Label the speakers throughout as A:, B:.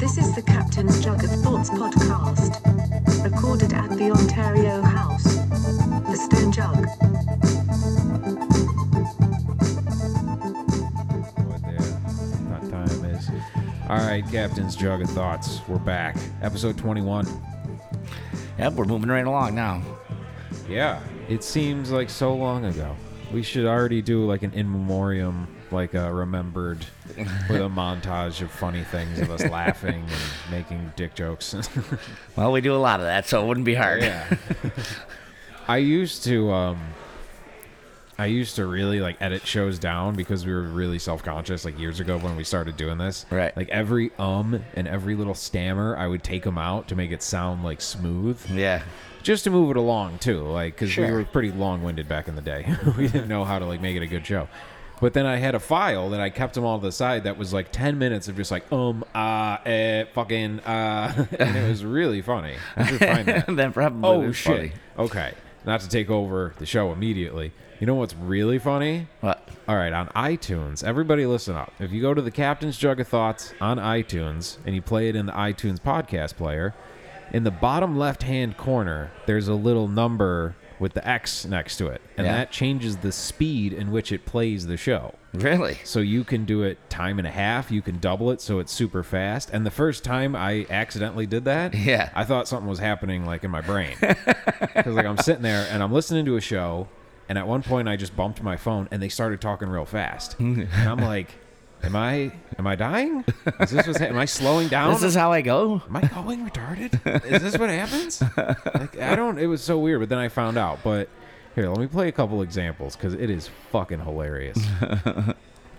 A: This is the Captain's Jug of Thoughts podcast, recorded at the Ontario House, the Stone Jug.
B: What the- that time is. All right, Captain's Jug of Thoughts. We're back. Episode 21.
C: Yep, we're moving right along now.
B: Yeah. It seems like so long ago. We should already do like an in memoriam, like a remembered with a montage of funny things of us laughing and making dick jokes.
C: Well, we do a lot of that, so it wouldn't be hard.
B: yeah. I used to um I used to really like edit shows down because we were really self-conscious like years ago when we started doing this.
C: Right.
B: Like every um and every little stammer, I would take them out to make it sound like smooth,
C: Yeah.
B: just to move it along too. Like cuz we
C: Sure.
B: were pretty long-winded back in the day. we didn't know how to like make it a good show. But then I had a file that I kept them all to the side that was like 10 minutes of just like um ah eh fucking uh and it was really funny. I should find that.
C: then probably.
B: Oh
C: was
B: shit.
C: funny.
B: Okay. Not to take over the show immediately. You know what's really funny?
C: What?
B: All right, on iTunes, everybody listen up. If you go to the Captain's Jug of Thoughts on iTunes and you play it in the iTunes podcast player, in the bottom left hand corner, there's a little number with the X next to it. And
C: Yeah.
B: that changes the speed in which it plays the show.
C: Really?
B: So you can do it time and a half. You can double it, so it's super fast. And the first time I accidentally did that,
C: Yeah.
B: I thought something was happening like in my brain because like I'm sitting there and I'm listening to a show, and at one point I just bumped my phone and they started talking real fast, and I'm like, "Am I am I dying? Is this what's ha- am I slowing down?
C: This is how I go?
B: am I going retarded? Is this what happens? Like, I don't. It was so weird, but then I found out. But here, let me play a couple examples because it is fucking hilarious.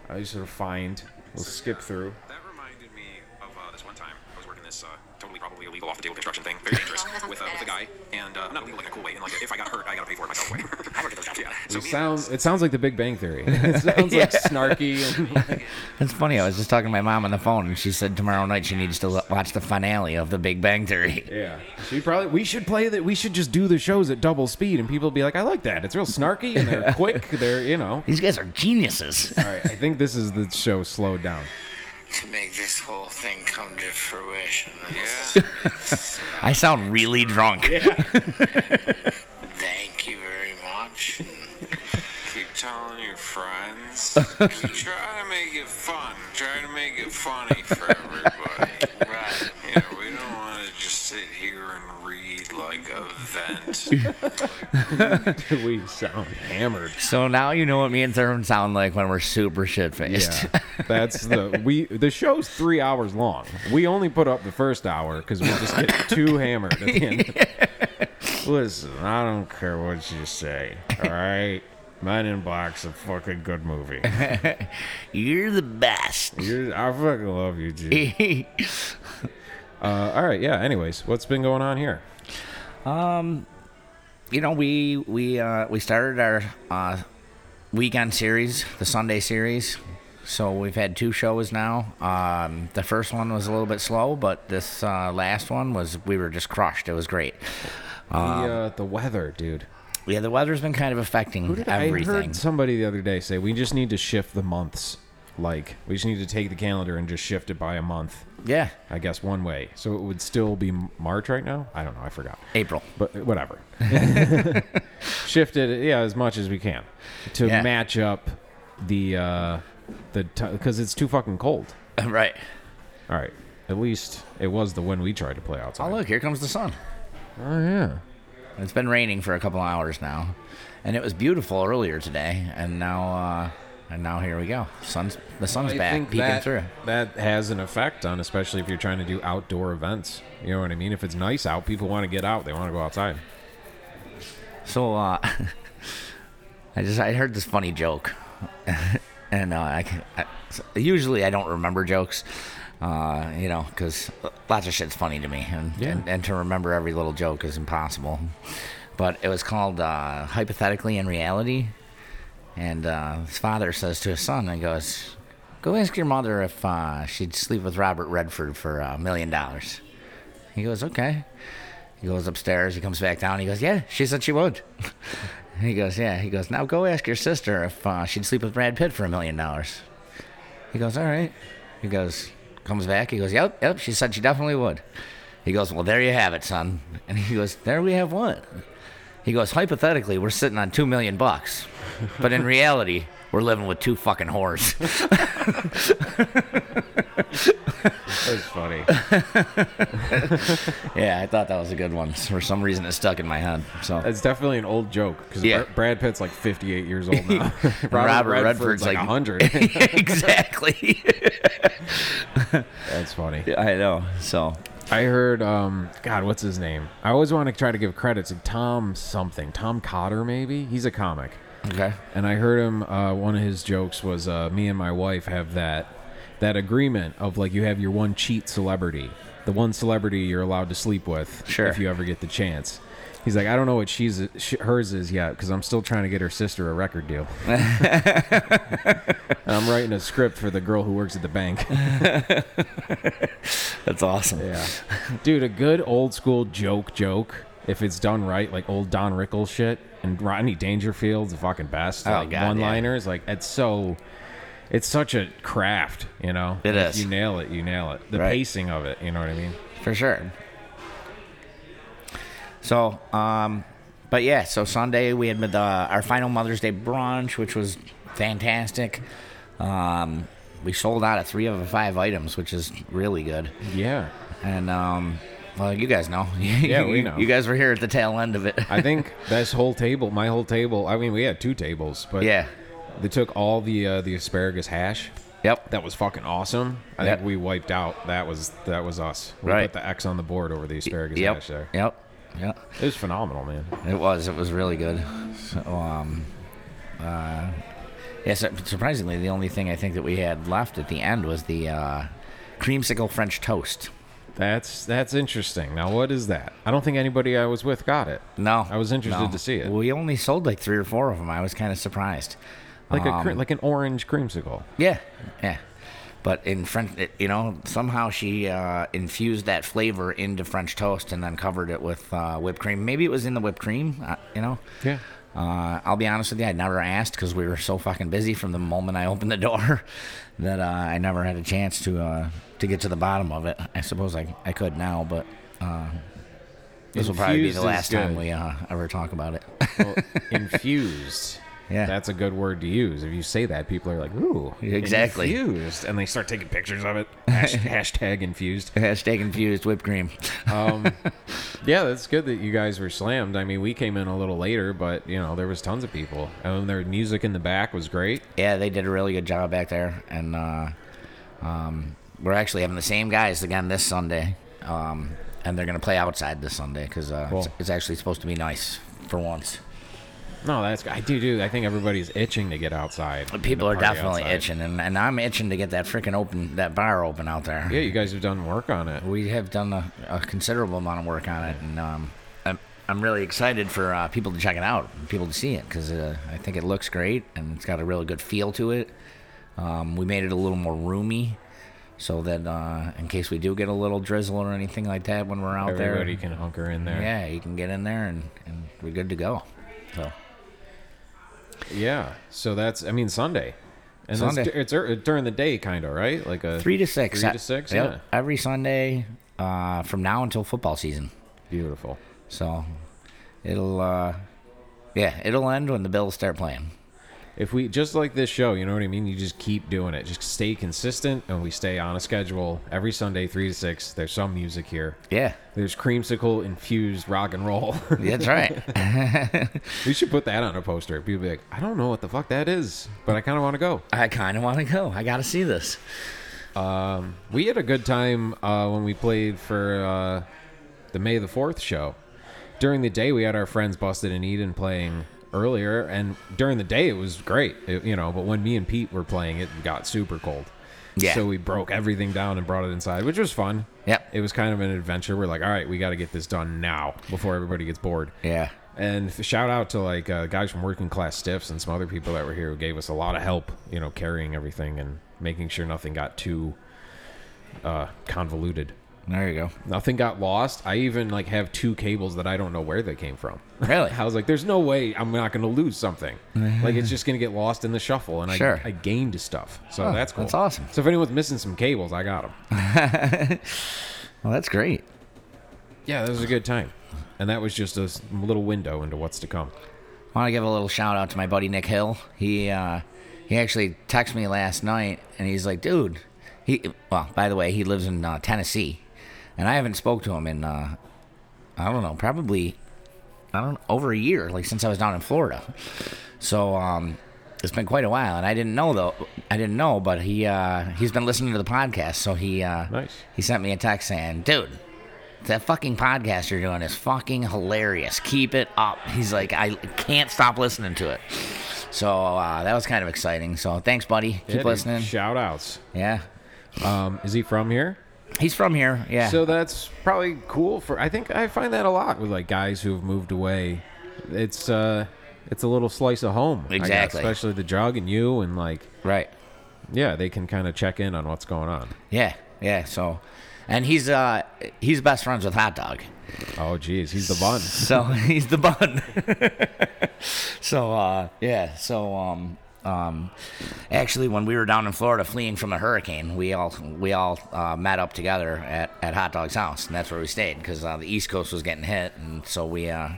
B: I just sort of find. We'll skip through.
D: That reminded me of uh, this one time I was working this uh, totally probably illegal off the table construction thing, very dangerous, with, uh, with a guy, and uh, not illegal like in a cool way, and like if I got hurt, I gotta pay for it myself. way. I work at those jobs, yeah. So
B: It
D: me and-
B: sounds. It sounds like The Big Bang Theory. It sounds like snarky and
C: That's funny. I was just talking to my mom on the phone, and she said tomorrow night she needs to lo- watch the finale of The Big Bang Theory.
B: Yeah, she probably. We should play that. We should just do the shows at double speed, and people be like, "I like that. It's real snarky and they're quick. They're you know."
C: These guys are geniuses.
B: All right, I think this is the show slowed down.
E: to make this whole thing come to fruition.
D: Yeah.
C: I sound really drunk.
E: Thank you very much.
D: Keep telling your friends. try to make it fun. Try to make it funny for everybody. right. Yeah, we don't want to just sit here and read like a vent.
B: we sound hammered.
C: So now you know what me and Thurman sound like when we're super shit faced.
B: Yeah, that's the we. The show's three hours long. We only put up the first hour because we just get too hammered at the end. Listen, I don't care what you say. All right, Men in Black's a fucking good movie.
C: You're the best.
B: You're, I fucking love you, G.
C: um,
B: Uh, all right, yeah. Anyways, what's been going on here?
C: you know, we we uh, we started our uh, weekend series, the Sunday series. So we've had two shows now. Um, the first one was a little bit slow, but this uh, last one was we were just crushed. It was great.
B: the, uh, the weather, dude.
C: Yeah, the weather's been kind of affecting everything.
B: I heard somebody the other day say we just need to shift the months. Like we just need to take the calendar and just shift it by a month.
C: yeah,
B: I guess one way, so it would still be M- March right now. I don't know. I forgot.
C: April.
B: But uh, whatever. Shifted, yeah, as much as we can to
C: Yeah.
B: match up the uh, the because it's too fucking cold.
C: right.
B: All right. At least it was the one we tried to play outside.
C: Oh look, here comes the sun.
B: oh yeah.
C: It's been raining for a couple hours now, and it was beautiful earlier today, and now uh, and now here we go. Sun's the sun's
B: I
C: back
B: think
C: peeking
B: that,
C: through.
B: that has an effect on, especially if you're trying to do outdoor events. You know what I mean? If it's nice out, people want to get out. They want to go outside.
C: So uh, I just I heard this funny joke, and uh, I, can- I usually I don't remember jokes, uh, you know, because lots of shit's funny to me, and,
B: Yeah.
C: and and to remember every little joke is impossible. But it was called uh, hypothetically in reality, and uh, his father says to his son, and goes, "Go ask your mother if uh, she'd sleep with Robert Redford for a million dollars." He goes, "Okay." He goes upstairs. He comes back down. He goes, "Yeah, she said she would." he goes, "Yeah." He goes, "Now go ask your sister if uh, she'd sleep with Brad Pitt for a million dollars." He goes, "All right." He goes, Comes back. He goes, Yep, yep. She said she definitely would. He goes, Well, there you have it, son. And he goes, There we have what? He goes, Hypothetically, we're sitting on two million bucks. But in reality, we're living with two fucking whores.
B: That's funny.
C: yeah, I thought that was a good one. For some reason, it stuck in my head. So
B: That's definitely an old joke because
C: Yeah.
B: Brad Pitt's like 58 years old now. Robert,
C: Robert
B: Redford's,
C: Redford's
B: like
C: like-
B: 100.
C: exactly.
B: That's funny.
C: I know. So
B: I heard, um, God, what's his name? I always want to try to give credit to Tom something. Tom Cotter, maybe? He's a comic.
C: okay.
B: And I heard him, uh, one of his jokes was uh, me and my wife have that that agreement of like you have your one cheat celebrity, the one celebrity you're allowed to sleep with
C: Sure.
B: if you ever get the chance. He's like, I don't know what she's sh- hers is yet because I'm still trying to get her sister a record deal. and I'm writing a script for the girl who works at the bank.
C: That's awesome.
B: Yeah. Dude, a good old school joke joke, if it's done right, like old Don Rickles shit and Rodney Dangerfield's the fucking best.
C: Oh,
B: like
C: God, yeah.
B: one liners, like it's so it's such a craft, you know?
C: It
B: It is.
C: is.
B: You nail it, you nail it. The
C: Right.
B: pacing of it, you know what I mean?
C: for sure. So, um, but yeah, so Sunday we had the, our final Mother's Day brunch, which was fantastic. Um, we sold out of three of the five items, which is really good.
B: Yeah.
C: And um, well, you guys know.
B: Yeah, we
C: You-
B: know.
C: You guys were here at the tail end of it.
B: I think this whole table, my whole table, I mean, we had two tables, but
C: yeah.
B: they took all the uh, the asparagus hash.
C: Yep.
B: That was fucking awesome. I
C: Yep.
B: think we wiped out. That was that was us. We
C: Right.
B: put the X on the board over the asparagus
C: Yep.
B: hash there.
C: Yep. Yep.
B: It was phenomenal, man.
C: It was. It was really good. So, um, uh, yeah, sur- surprisingly, the only thing I think that we had left at the end was the uh, creamsicle French toast.
B: That's that's interesting. Now, what is that? I don't think anybody I was with got it.
C: No,
B: I was interested
C: no.
B: to see it.
C: We only sold like three or four of them. I was kind of surprised.
B: Like a cre-
C: Um,
B: like an orange creamsicle.
C: Yeah, yeah. But in French, it- you know, somehow she uh, infused that flavor into French toast and then covered it with uh, whipped cream. Maybe it was in the whipped cream, uh, you know.
B: Yeah.
C: Uh, I'll be honest with you, I never asked because we were so fucking busy from the moment I opened the door that uh, I never had a chance to uh, to get to the bottom of it. I suppose I, I could now, but uh, this will probably be
B: Infused
C: the
B: is
C: last time
B: good.
C: we uh, ever talk about it.
B: Well, infused.
C: Yeah.
B: That's a good word to use. If you say that, people are like, "Ooh,
C: Exactly.
B: infused," and they start taking pictures of it. Hash- hashtag infused.
C: Hashtag infused whipped cream.
B: Um, yeah, that's good that you guys were slammed. I mean, we came in a little later, but you know there was tons of people, and their music in the back was great.
C: Yeah, they did a really good job back there, and uh, um, we're actually having the same guys again this Sunday, um, and they're gonna play outside this Sunday because uh,
B: Cool.
C: it's, it's actually supposed to be nice for once.
B: No, that's I do do. I think everybody's itching to get outside. and to
C: People are
B: party
C: definitely
B: outside.
C: itching, and, and I'm itching to get that freaking open that bar open out there.
B: Yeah, you guys have done work on it.
C: We have done a, a considerable amount of work on it, and um, I'm I'm really excited for uh, people to check it out, and people to see it, because uh, I think it looks great and it's got a really good feel to it. Um, we made it a little more roomy, so that uh, in case we do get a little drizzle or anything like that when we're out
B: Everybody
C: there,
B: can hunker in there.
C: yeah, you can get in there and, and we're good to go. So
B: Yeah. So that's, I mean, Sunday. And
C: Sunday.
B: That's, it's dur- during the day, kind of, right? Like a
C: three to six,
B: Three
C: uh,
B: to six.
C: yep,
B: Yeah.
C: every Sunday uh, from now until football season.
B: Beautiful.
C: So it'll uh yeah, it'll end when the Bills start playing.
B: If we just like this show, you know what I mean. You just keep doing it. Just stay consistent, and we stay on a schedule every Sunday, three to six. There's some music here.
C: Yeah.
B: There's creamsicle infused rock and roll.
C: That's right.
B: we should put that on a poster. People be like, I don't know what the fuck that is, but I kind of want to go.
C: I kind of want to go. I got to see this.
B: We had a good time uh, when we played for uh, the May the Fourth show. During the day, we had our friends Busted and Eden playing earlier, and during the day it was great, it- you know. But when me and Pete were playing, it got super cold.
C: Yeah.
B: So we broke everything down and brought it inside, which was fun.
C: Yep.
B: It was kind of an adventure. We're like, all right, we got to get this done now before everybody gets bored.
C: Yeah.
B: And f- shout out to like uh, guys from Working Class Stiffs and some other people that were here who gave us a lot of help, you know, carrying everything and making sure nothing got too uh, convoluted.
C: There you go.
B: Nothing got lost. I even like have two cables that I don't know where they came from.
C: Really?
B: I was like, there's no way I'm not going to lose something. like it's just going to get lost in the shuffle, and I
C: Sure.
B: I gained stuff. So
C: Oh,
B: that's cool.
C: that's awesome.
B: So if anyone's missing some cables, I got them.
C: Well, that's great.
B: Yeah, that was a good time, and that was just a s- little window into what's to come.
C: I want to give a little shout out to my buddy Nick Hill. He uh, he actually texted me last night, and he's like, "Dude, he well, by the way, he lives in uh, Tennessee, and I haven't spoke to him in uh, I don't know, probably I don't over a year, like since I was down in Florida. So um, it's been quite a while, and I didn't know though. I didn't know, but he uh, he's been listening to the podcast, so he uh,
B: Nice.
C: he sent me a text saying, "Dude." That fucking podcast you're doing is fucking hilarious. Keep it up. He's like, I can't stop listening to it. So uh, that was kind of exciting. So thanks, buddy. Keep
B: Yeah, dude,
C: listening.
B: Shout outs.
C: Yeah,
B: Um, is he from here?
C: he's from here. Yeah.
B: So that's probably cool for. I think I find that a lot with like guys who have moved away. It's uh, it's a little slice of home. I guess,
C: Exactly.
B: especially the jug and you and like
C: right.
B: yeah, they can kind of check in on what's going on.
C: Yeah. Yeah. So, and he's uh he's best friends with Hot Dog.
B: Oh, geez, he's the bun.
C: So he's the bun. so uh, yeah. So um, um, actually, when we were down in Florida fleeing from a hurricane, we all we all uh, met up together at, at Hot Dog's house, and that's where we stayed because uh, the East Coast was getting hit, and so we uh,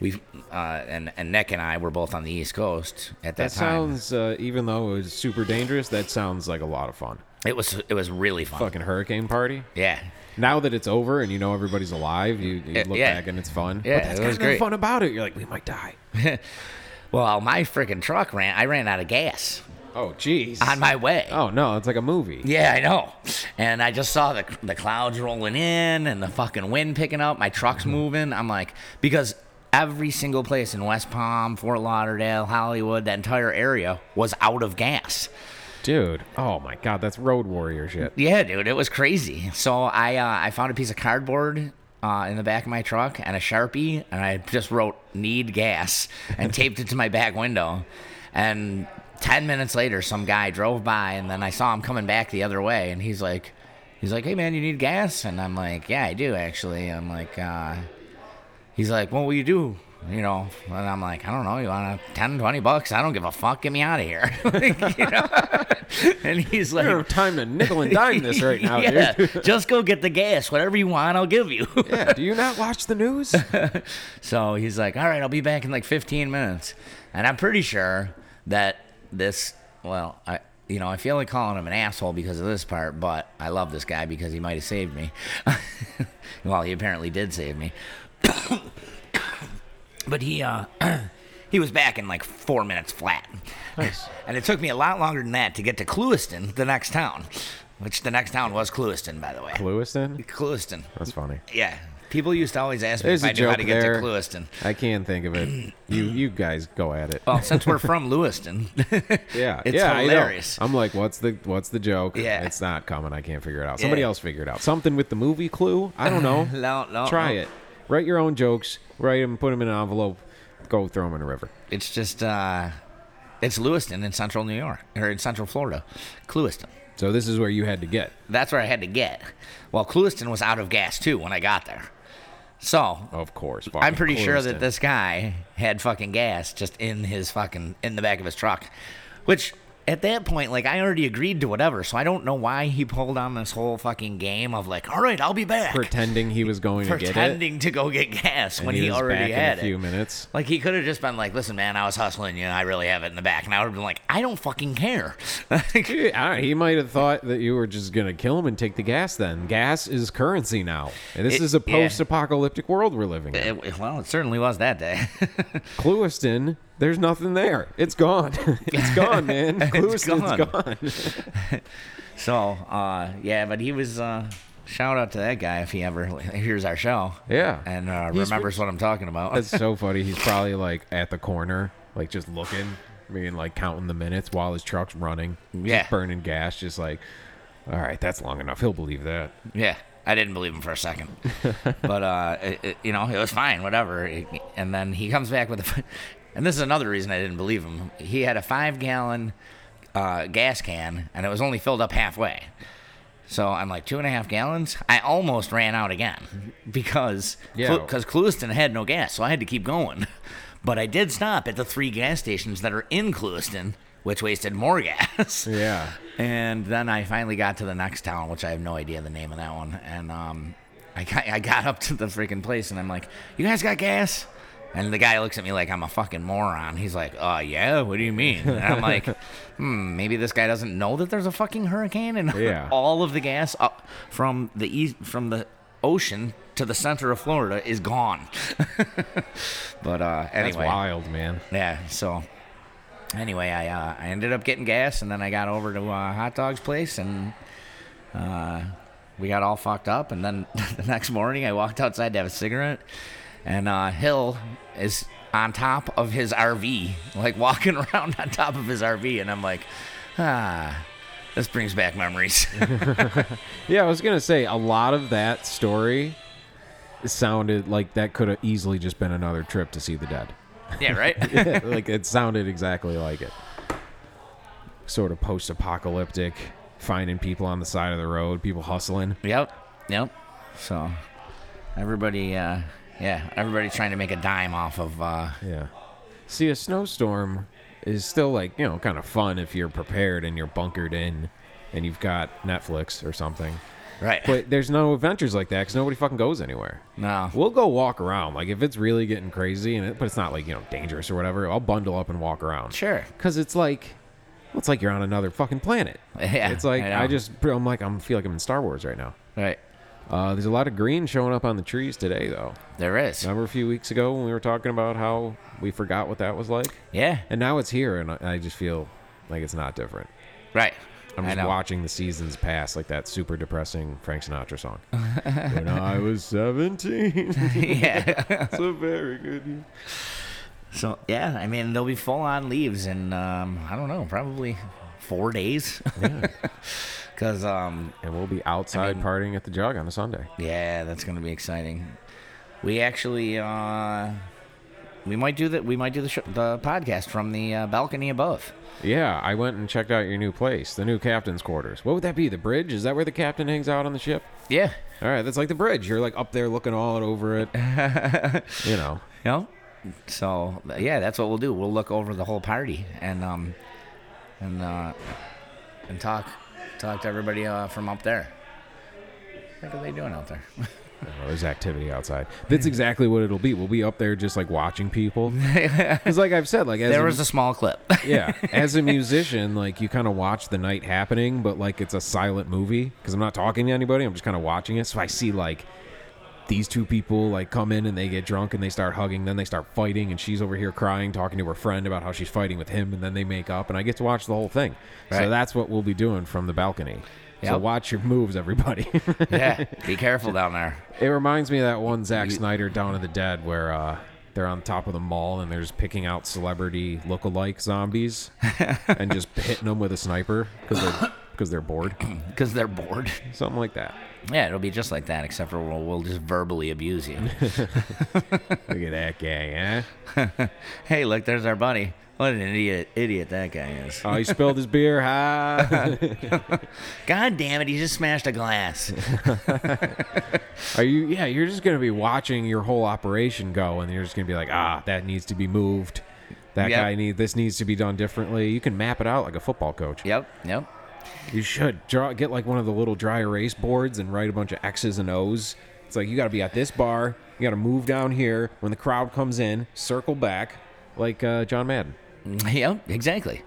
C: we uh, and and Nick and I were both on the East Coast at that,
B: That
C: time.
B: sounds, uh, even though it was super dangerous, that sounds like a lot of fun.
C: It was it was really fun.
B: Fucking hurricane party.
C: Yeah.
B: Now that it's over and you know everybody's alive, you, you
C: Yeah,
B: look
C: yeah.
B: back and it's fun.
C: Yeah,
B: but that's
C: it was
B: kind of
C: great.
B: fun about it. You're like, we might die.
C: Well, my freaking truck ran. I ran out of gas
B: Oh, geez.
C: on my way.
B: oh no, it's like a movie.
C: Yeah, I know. And I just saw the the clouds rolling in and the fucking wind picking up. My truck's moving. I'm like, because every single place in West Palm, Fort Lauderdale, Hollywood, that entire area was out of gas.
B: Dude, oh my god, that's road warrior shit.
C: Yeah, dude, it was crazy. So I uh, I found a piece of cardboard. Uh, in the back of my truck and a sharpie and i just wrote need gas and taped it to my back window and 10 minutes later some guy drove by and then i saw him coming back the other way and he's like he's like hey man you need gas and i'm like yeah i do actually i'm like uh, he's like what will you do you know and i'm like i don't know you want a 10 20 bucks i don't give a fuck get me out of here Like, you know? and he's like
B: I don't have time to nickel and dime this right now,
C: yeah,
B: dude.
C: just go get the gas. Whatever you want, I'll give you.
B: Yeah, do you not watch the news?
C: so he's like, all right, I'll be back in like 15 minutes. And I'm pretty sure that this, well, I, you know, I feel like calling him an asshole because of this part, but I love this guy because he might have saved me. well, he apparently did save me. but he, uh, he was back in like four minutes flat.
B: Nice.
C: And it took me a lot longer than that to get to Clewiston, the next town, which the next town was Clewiston, by the way.
B: Lewiston?
C: Clewiston.
B: That's funny.
C: Yeah. People used to always ask me
B: There's
C: if
B: a
C: I knew how
B: joke
C: to get
B: there.
C: to Clewiston.
B: I can think of it. You you guys go at it.
C: Well, since we're from Lewiston,
B: Yeah,
C: Oh, it's
B: yeah, I know.
C: hilarious.
B: I'm like, what's the what's the joke?
C: Yeah.
B: it's not coming. I can't figure it out. Somebody
C: Yeah.
B: else figure it out. Something with the movie clue. I don't know.
C: No, no,
B: Try
C: no.
B: it. Write your own jokes. Write them. Put them in an envelope. Go throw them in a river.
C: it's just uh, it's Lewiston in Central New York or in Central Florida, Clewiston.
B: So this is where you had to get.
C: That's where I had to get. Well, Clewiston was out of gas too when I got there, so
B: Of course.
C: I'm
B: fucking
C: pretty sure that
B: Lewiston.
C: this guy had fucking gas just in his fucking in the back of his truck, which at that point, like I already agreed to whatever, so I don't know why he pulled on this whole fucking game of like, all right, I'll be back.
B: pretending he was going to get it.
C: pretending to go get gas
B: and
C: when he,
B: was back
C: already had
B: in a few
C: it.
B: minutes.
C: Like he could have just been like, "Listen, man, I was hustling you, and I really have it in the back." And I would have been like, "I don't fucking care." Like,
B: Yeah, I- he might have thought that you were just gonna kill him and take the gas. Then gas is currency now. And this
C: It-
B: is a
C: yeah.
B: post-apocalyptic world we're living in.
C: it- well, it certainly was that day.
B: Clewiston, there's nothing there. It's gone. it's gone, man. Clewiston's
C: gone.
B: gone.
C: so, uh, yeah, but he was. Uh, shout out to that guy if he ever hears our show.
B: Yeah.
C: and uh,
B: He's
C: remembers what I'm talking about.
B: That's so funny. He's probably like at the corner, like just looking, being like counting the minutes while his truck's running. just
C: Yeah.
B: burning gas, just like, all right, that's long enough. He'll believe that.
C: Yeah, I didn't believe him for a second, but uh, it, it- you know, it was fine, whatever. It- and then he comes back with a, and this is another reason I didn't believe him. He had a five gallon uh, gas can, and it was only filled up halfway. So I'm like two and a half gallons. I almost ran out again because
B: Yeah.
C: because Clewiston had no gas, so I had to keep going. But I did stop at the three gas stations that are in Clewiston, which wasted more gas.
B: Yeah.
C: And then I finally got to the next town, which I have no idea the name of that one. And um, I got, I got up to the freaking place and I'm like, "You guys got gas?" And the guy looks at me like I'm a fucking moron. He's like, "Oh yeah, what do you mean?" And I'm like, "Hmm, maybe this guy doesn't know that there's a fucking hurricane and
B: Yeah.
C: all of the gas up from the east from the ocean to the center of Florida is gone." but uh, anyway,
B: That's wild, man.
C: yeah. So anyway, I uh, I ended up getting gas, and then I got over to uh, Hot Dog's place, and uh, we got all fucked up. And then the next morning, I walked outside to have a cigarette, and uh, Hill is on top of his RV, like walking around on top of his RV, and I'm like, ah. This brings back memories.
B: Yeah, I was gonna say a lot of that story sounded like that could have easily just been another trip to see the dead.
C: yeah, right?
B: like it sounded exactly like it. Sort of post-apocalyptic, finding people on the side of the road, people hustling.
C: Yep. Yep. So everybody uh yeah, everybody trying to make a dime off of uh
B: Yeah. See, a snowstorm is still like, you know, kind of fun if you're prepared and you're bunkered in and you've got Netflix or something.
C: right.
B: But there's no adventures like that because nobody fucking goes anywhere.
C: no.
B: We'll go walk around. Like, if it's really getting crazy, and it, but it's not like, you know, dangerous or whatever, I'll bundle up and walk around.
C: Sure.
B: Because it's like, well, it's like you're on another fucking planet.
C: Yeah,
B: It's like,
C: I know.
B: I, just, I'm like, I'm feel like I'm in Star Wars right now.
C: Right.
B: Uh, there's a lot of green showing up on the trees today, though.
C: There is.
B: Remember a few weeks ago when we were talking about how we forgot what that was like?
C: Yeah.
B: And now it's here, and I- I just feel like it's not different.
C: Right.
B: I'm
C: I
B: just
C: know.
B: watching the seasons pass, like that super depressing Frank Sinatra song. when I was 17,
C: yeah.
B: it's a very good year.
C: so yeah, I mean they'll be full on leaves in um I don't know, probably four days. Cause um
B: And we'll be outside
C: mean-
B: partying at the jug on a Sunday.
C: yeah, that's gonna be exciting. We actually uh we might do that. We might do the sh- the podcast from the uh, balcony above.
B: Yeah, I went and checked out your new place, the new captain's quarters. What would that be? The bridge? Is that where the captain hangs out on the ship?
C: Yeah.
B: All right, that's like the bridge. You're like up there looking all over it. you know.
C: You know? So yeah, that's what we'll do. We'll look over the whole party and um and uh and talk talk to everybody uh, from up there. What are they doing out there?
B: Oh, there's activity outside. That's exactly what it'll be. We'll be up there just like watching people. Because, like I've said, like as
C: there
B: a,
C: was a small clip.
B: yeah, as a musician, like you kind of watch the night happening, but like it's a silent movie because I'm not talking to anybody. I'm just kind of watching it. So I see like these two people like come in and they get drunk and they start hugging, then they start fighting, and she's over here crying, talking to her friend about how she's fighting with him, and then they make up, and I get to watch the whole thing.
C: Right.
B: So that's what we'll be doing from the balcony. So
C: Yep.
B: watch your moves, everybody.
C: yeah, be careful down there.
B: It reminds me of that one Zack Snyder Dawn of the Dead where uh, they're on top of the mall and they're just picking out celebrity look-alike zombies and just hitting them with a sniper because they're, 'cause they're bored.
C: Because they're bored.
B: Something like that.
C: Yeah, it'll be just like that, except for we'll, we'll just verbally abuse you.
B: Look at that guy, eh?
C: hey, look, there's our buddy. What an idiot, idiot that guy is.
B: Oh, he spilled his beer. Hi.
C: God damn it, he just smashed a glass.
B: Are you? Yeah, you're just gonna be watching your whole operation go, and you're just gonna be like, ah, that needs to be moved. That
C: Yep.
B: guy need this needs to be done differently. You can map it out like a football coach.
C: yep, yep.
B: You should draw get like one of the little dry erase boards and write a bunch of X's and O's. It's like you got to be at this bar. You got to move down here when the crowd comes in. Circle back, like uh, John Madden.
C: Yep, Mm, exactly.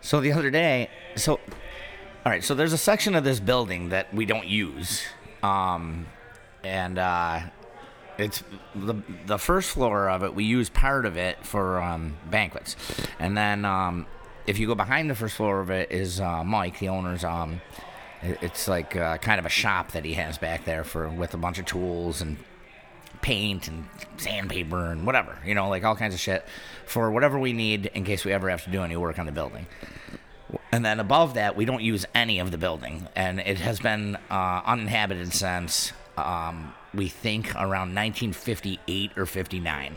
C: So the other day, so all right, so there's a section of this building that we don't use, um, and uh, it's the the first floor of it. We use part of it for um, banquets, and then um, if you go behind the first floor of it is uh, Mike, the owner's. Um, it- it's like uh, kind of a shop that he has back there for with a bunch of tools and paint and sandpaper and whatever, you know, like all kinds of shit for whatever we need in case we ever have to do any work on the building. And then above that, we don't use any of the building, and it has been uh, uninhabited since um, we think around 1958 or 59.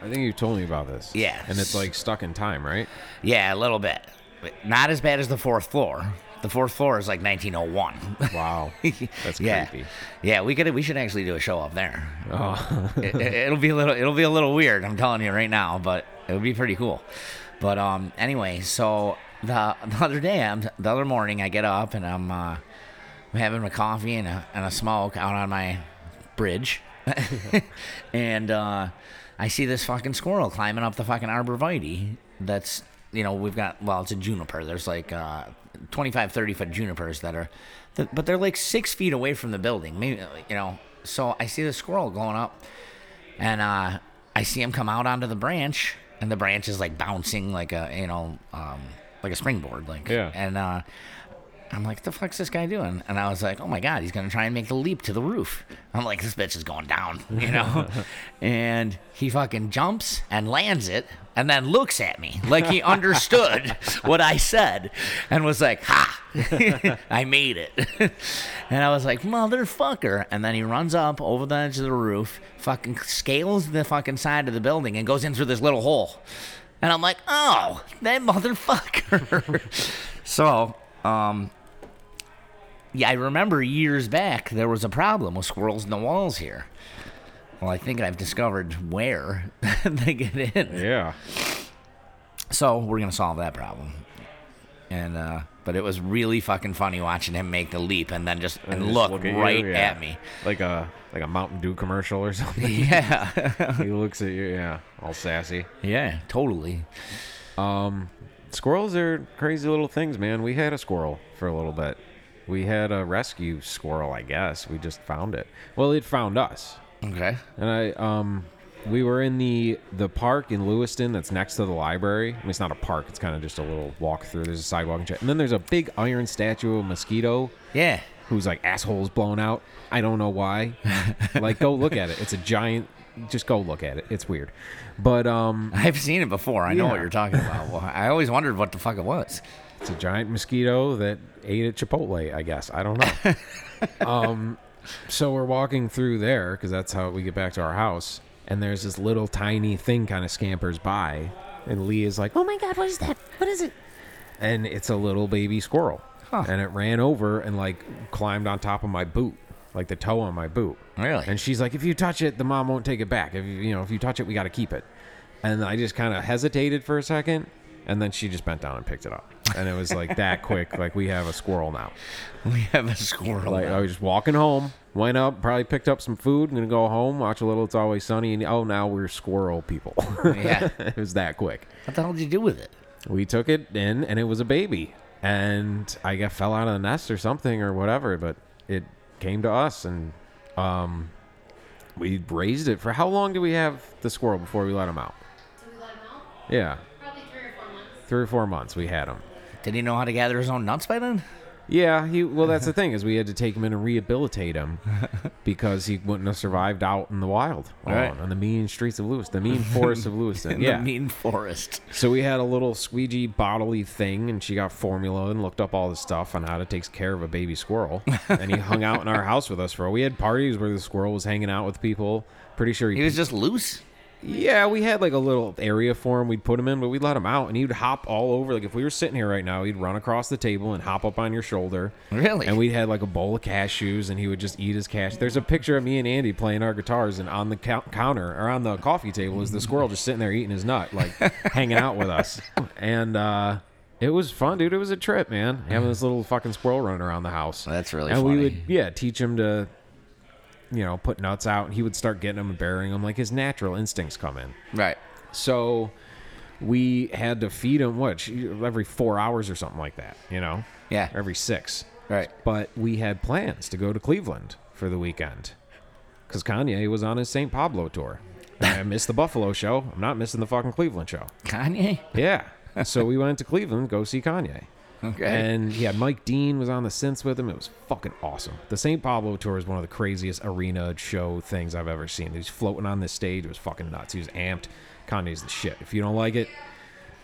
B: I think you told me about this.
C: Yes.
B: and it's like stuck in time, right?
C: Yeah, a little bit. But Not as bad as the fourth floor The fourth floor is like 1901.
B: Wow. That's
C: yeah,
B: creepy.
C: yeah, we could we should actually do a show up there. it, it, will be a little it'll be a little weird. I'm telling you right now, but it'll be pretty cool. But um, anyway, so the, the other day, I'm, the other morning, I get up and I'm uh, I'm having my coffee and a, and a smoke out on my bridge, and uh, I see this fucking squirrel climbing up the fucking arborvitae. That's you know we've got well it's a juniper. There's like uh, 25, 30 foot junipers that are, that, but they're like six feet away from the building. Maybe you know. So I see the squirrel going up, and uh, I see him come out onto the branch, and the branch is like bouncing like a you know um, like a springboard, like
B: Yeah.
C: And uh, I'm like, the fuck's this guy doing? And I was like, oh my god, he's gonna try and make the leap to the roof. I'm like, this bitch is going down, you know. and he fucking jumps and lands it, and then looks at me like he understood what I said, and was like, ha, I made it. and I was like, motherfucker. And then he runs up over the edge of the roof, fucking scales the fucking side of the building, and goes in through this little hole. And I'm like, oh, that motherfucker. so, um, yeah, I remember years back there was a problem with squirrels in the walls here. Well, I think I've discovered where they get in.
B: Yeah.
C: So we're gonna solve that problem. And uh but it was really fucking funny watching him make the leap and then just and,
B: just
C: look,
B: at you,
C: right
B: yeah.
C: at me.
B: Like a like a Mountain Dew commercial or something.
C: Yeah.
B: he looks at you, yeah, all sassy.
C: yeah, totally.
B: Squirrels are crazy little things, man. We had a squirrel for a little bit. We had a rescue squirrel, I guess. We just found it. Well, it found us.
C: Okay.
B: And I um we were in the the park in Lewiston that's next to the library. I mean, it's not a park, it's kind of just a little walk through. There's a sidewalk and shit. And then there's a big iron statue of a mosquito
C: Yeah.
B: who's like assholes blown out. I don't know why. like go look at it. It's a giant just go look at it. It's weird. But um
C: I've seen it before. I know what
B: Yeah.
C: you're talking about. Well, I always wondered what the fuck it was.
B: It's a giant mosquito that ate at Chipotle, I guess. I don't know. um, so we're walking through there because that's how we get back to our house. And there's this little tiny thing kind of scampers by. And Lee is like, oh my God, what is that? What is it? And it's a little baby squirrel.
C: Huh.
B: And it ran over and like climbed on top of my boot, like the toe on my boot.
C: Really?
B: And she's like, if you touch it, the mom won't take it back. If you, you know, if you touch it, we got to keep it. And I just kind of hesitated for a second, and then she just bent down and picked it up. And it was like that quick. Like we have a squirrel now.
C: We have a squirrel.
B: Like uh, I was just walking home, went up, probably picked up some food. I'm gonna go home, watch a little. It's always sunny, and oh, now we're squirrel people.
C: yeah.
B: it was that quick.
C: What the hell did you do with it?
B: We took it in, and it was a baby, and I got fell out of the nest or something or whatever. But it came to us, and um, we raised it for how long did we have the squirrel before we let him out?
F: So we let him out?
B: Yeah,
F: Probably three or four months.
B: three or four months we had him.
C: Did he know how to gather his own nuts by then?
B: Yeah, he. Well, that's the thing is we had to take him in and rehabilitate him because he wouldn't have survived out in the wild, on,
C: Right.
B: on the mean streets of Lewiston, the mean forests of Lewiston.
C: In
B: yeah,
C: the mean forest.
B: So we had a little squeegee bodily thing, and she got formula and looked up all this stuff on how to take care of a baby squirrel. and he hung out in our house with us for. We had parties where the squirrel was hanging out with people. Pretty sure he,
C: He was just loose?
B: Yeah, we had like a little area for him. We'd put him in, but we'd let him out, and he would hop all over. Like if we were sitting here right now, he'd run across the table and hop up on your shoulder.
C: Really?
B: And we had like a bowl of cashews, and he would just eat his cash. There's a picture of me and Andy playing our guitars, and on the cou- counter or on the coffee table is the squirrel just sitting there eating his nut, like hanging out with us. And uh, it was fun, dude. It was a trip, man. Having this little fucking squirrel running around the house.
C: That's really
B: And we
C: funny.
B: would, yeah, teach him to you know, put nuts out, and he would start getting them and burying them. Like his natural instincts come in.
C: Right.
B: So we had to feed him what sh- every four hours or something like that. You know,
C: Yeah.
B: every six.
C: Right.
B: But we had plans to go to Cleveland for the weekend because Kanye was on his St. Pablo tour. And I missed the Buffalo show. I'm not missing the fucking Cleveland show.
C: Kanye?
B: Yeah. So we went to Cleveland to go see Kanye.
C: Okay.
B: And yeah, Mike Dean was on the synths with him. It was fucking awesome. The St. Pablo tour is one of the craziest arena show things I've ever seen. He was floating on this stage. It was fucking nuts. He was amped. Kanye's the shit. If you don't like it,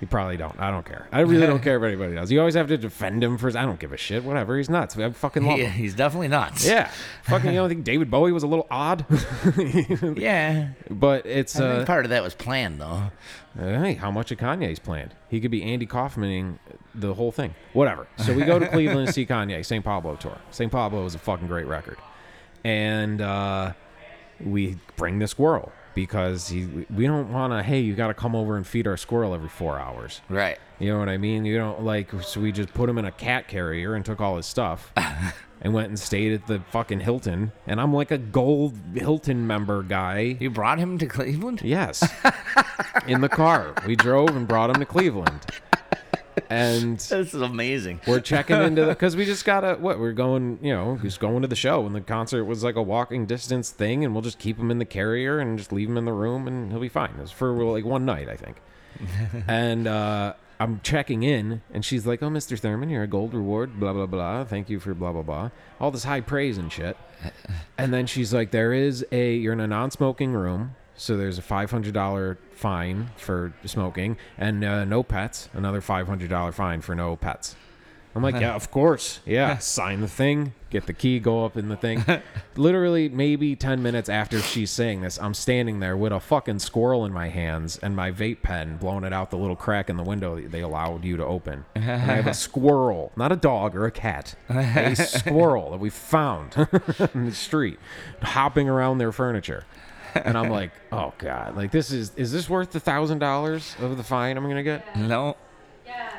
B: You probably don't. I don't care. I really don't care if anybody does. You always have to defend him for. I don't give a shit. Whatever. He's nuts. I fucking love
C: He-
B: him.
C: he's definitely nuts.
B: Yeah. fucking. You know, I think David Bowie was a little odd,
C: Yeah.
B: but it's.
C: I
B: Uh,
C: think part of that was planned, though.
B: Hey, how much of Kanye's planned? He could be Andy Kaufmaning the whole thing. Whatever. So we go to Cleveland to see Kanye, St. Pablo tour. St. Pablo is a fucking great record. And uh, we bring the squirrel because he, we don't want to, hey, you got to come over and feed our squirrel every four hours.
C: Right.
B: You know what I mean? You don't like, so we just put him in a cat carrier and took all his stuff and went and stayed at the fucking Hilton. And I'm like a gold Hilton member guy.
C: You brought him to Cleveland?
B: Yes. In the car. We drove and brought him to Cleveland. And
C: This is amazing.
B: we're checking into the because we just gotta what we're going you know just going to the show and the concert was like a walking distance thing and we'll just keep him in the carrier and just leave him in the room and he'll be fine it was for like one night i think and uh i'm checking in and she's like oh mr thurman you're a gold reward blah blah blah thank you for blah blah blah all this high praise and shit and then she's like there is a you're in a non-smoking room so there's a $500 fine for smoking and uh, no pets another $500 fine for no pets I'm like, yeah, of course. Yeah, sign the thing, get the key, go up in the thing. Literally, maybe 10 minutes after she's saying this, I'm standing there with a fucking squirrel in my hands and my vape pen blowing it out the little crack in the window that they allowed you to open. And I have a squirrel, not a dog or a cat, a squirrel that we found in the street hopping around their furniture. And I'm like, oh God, like this is, is this worth the thousand dollars of the fine I'm going to get?
C: No.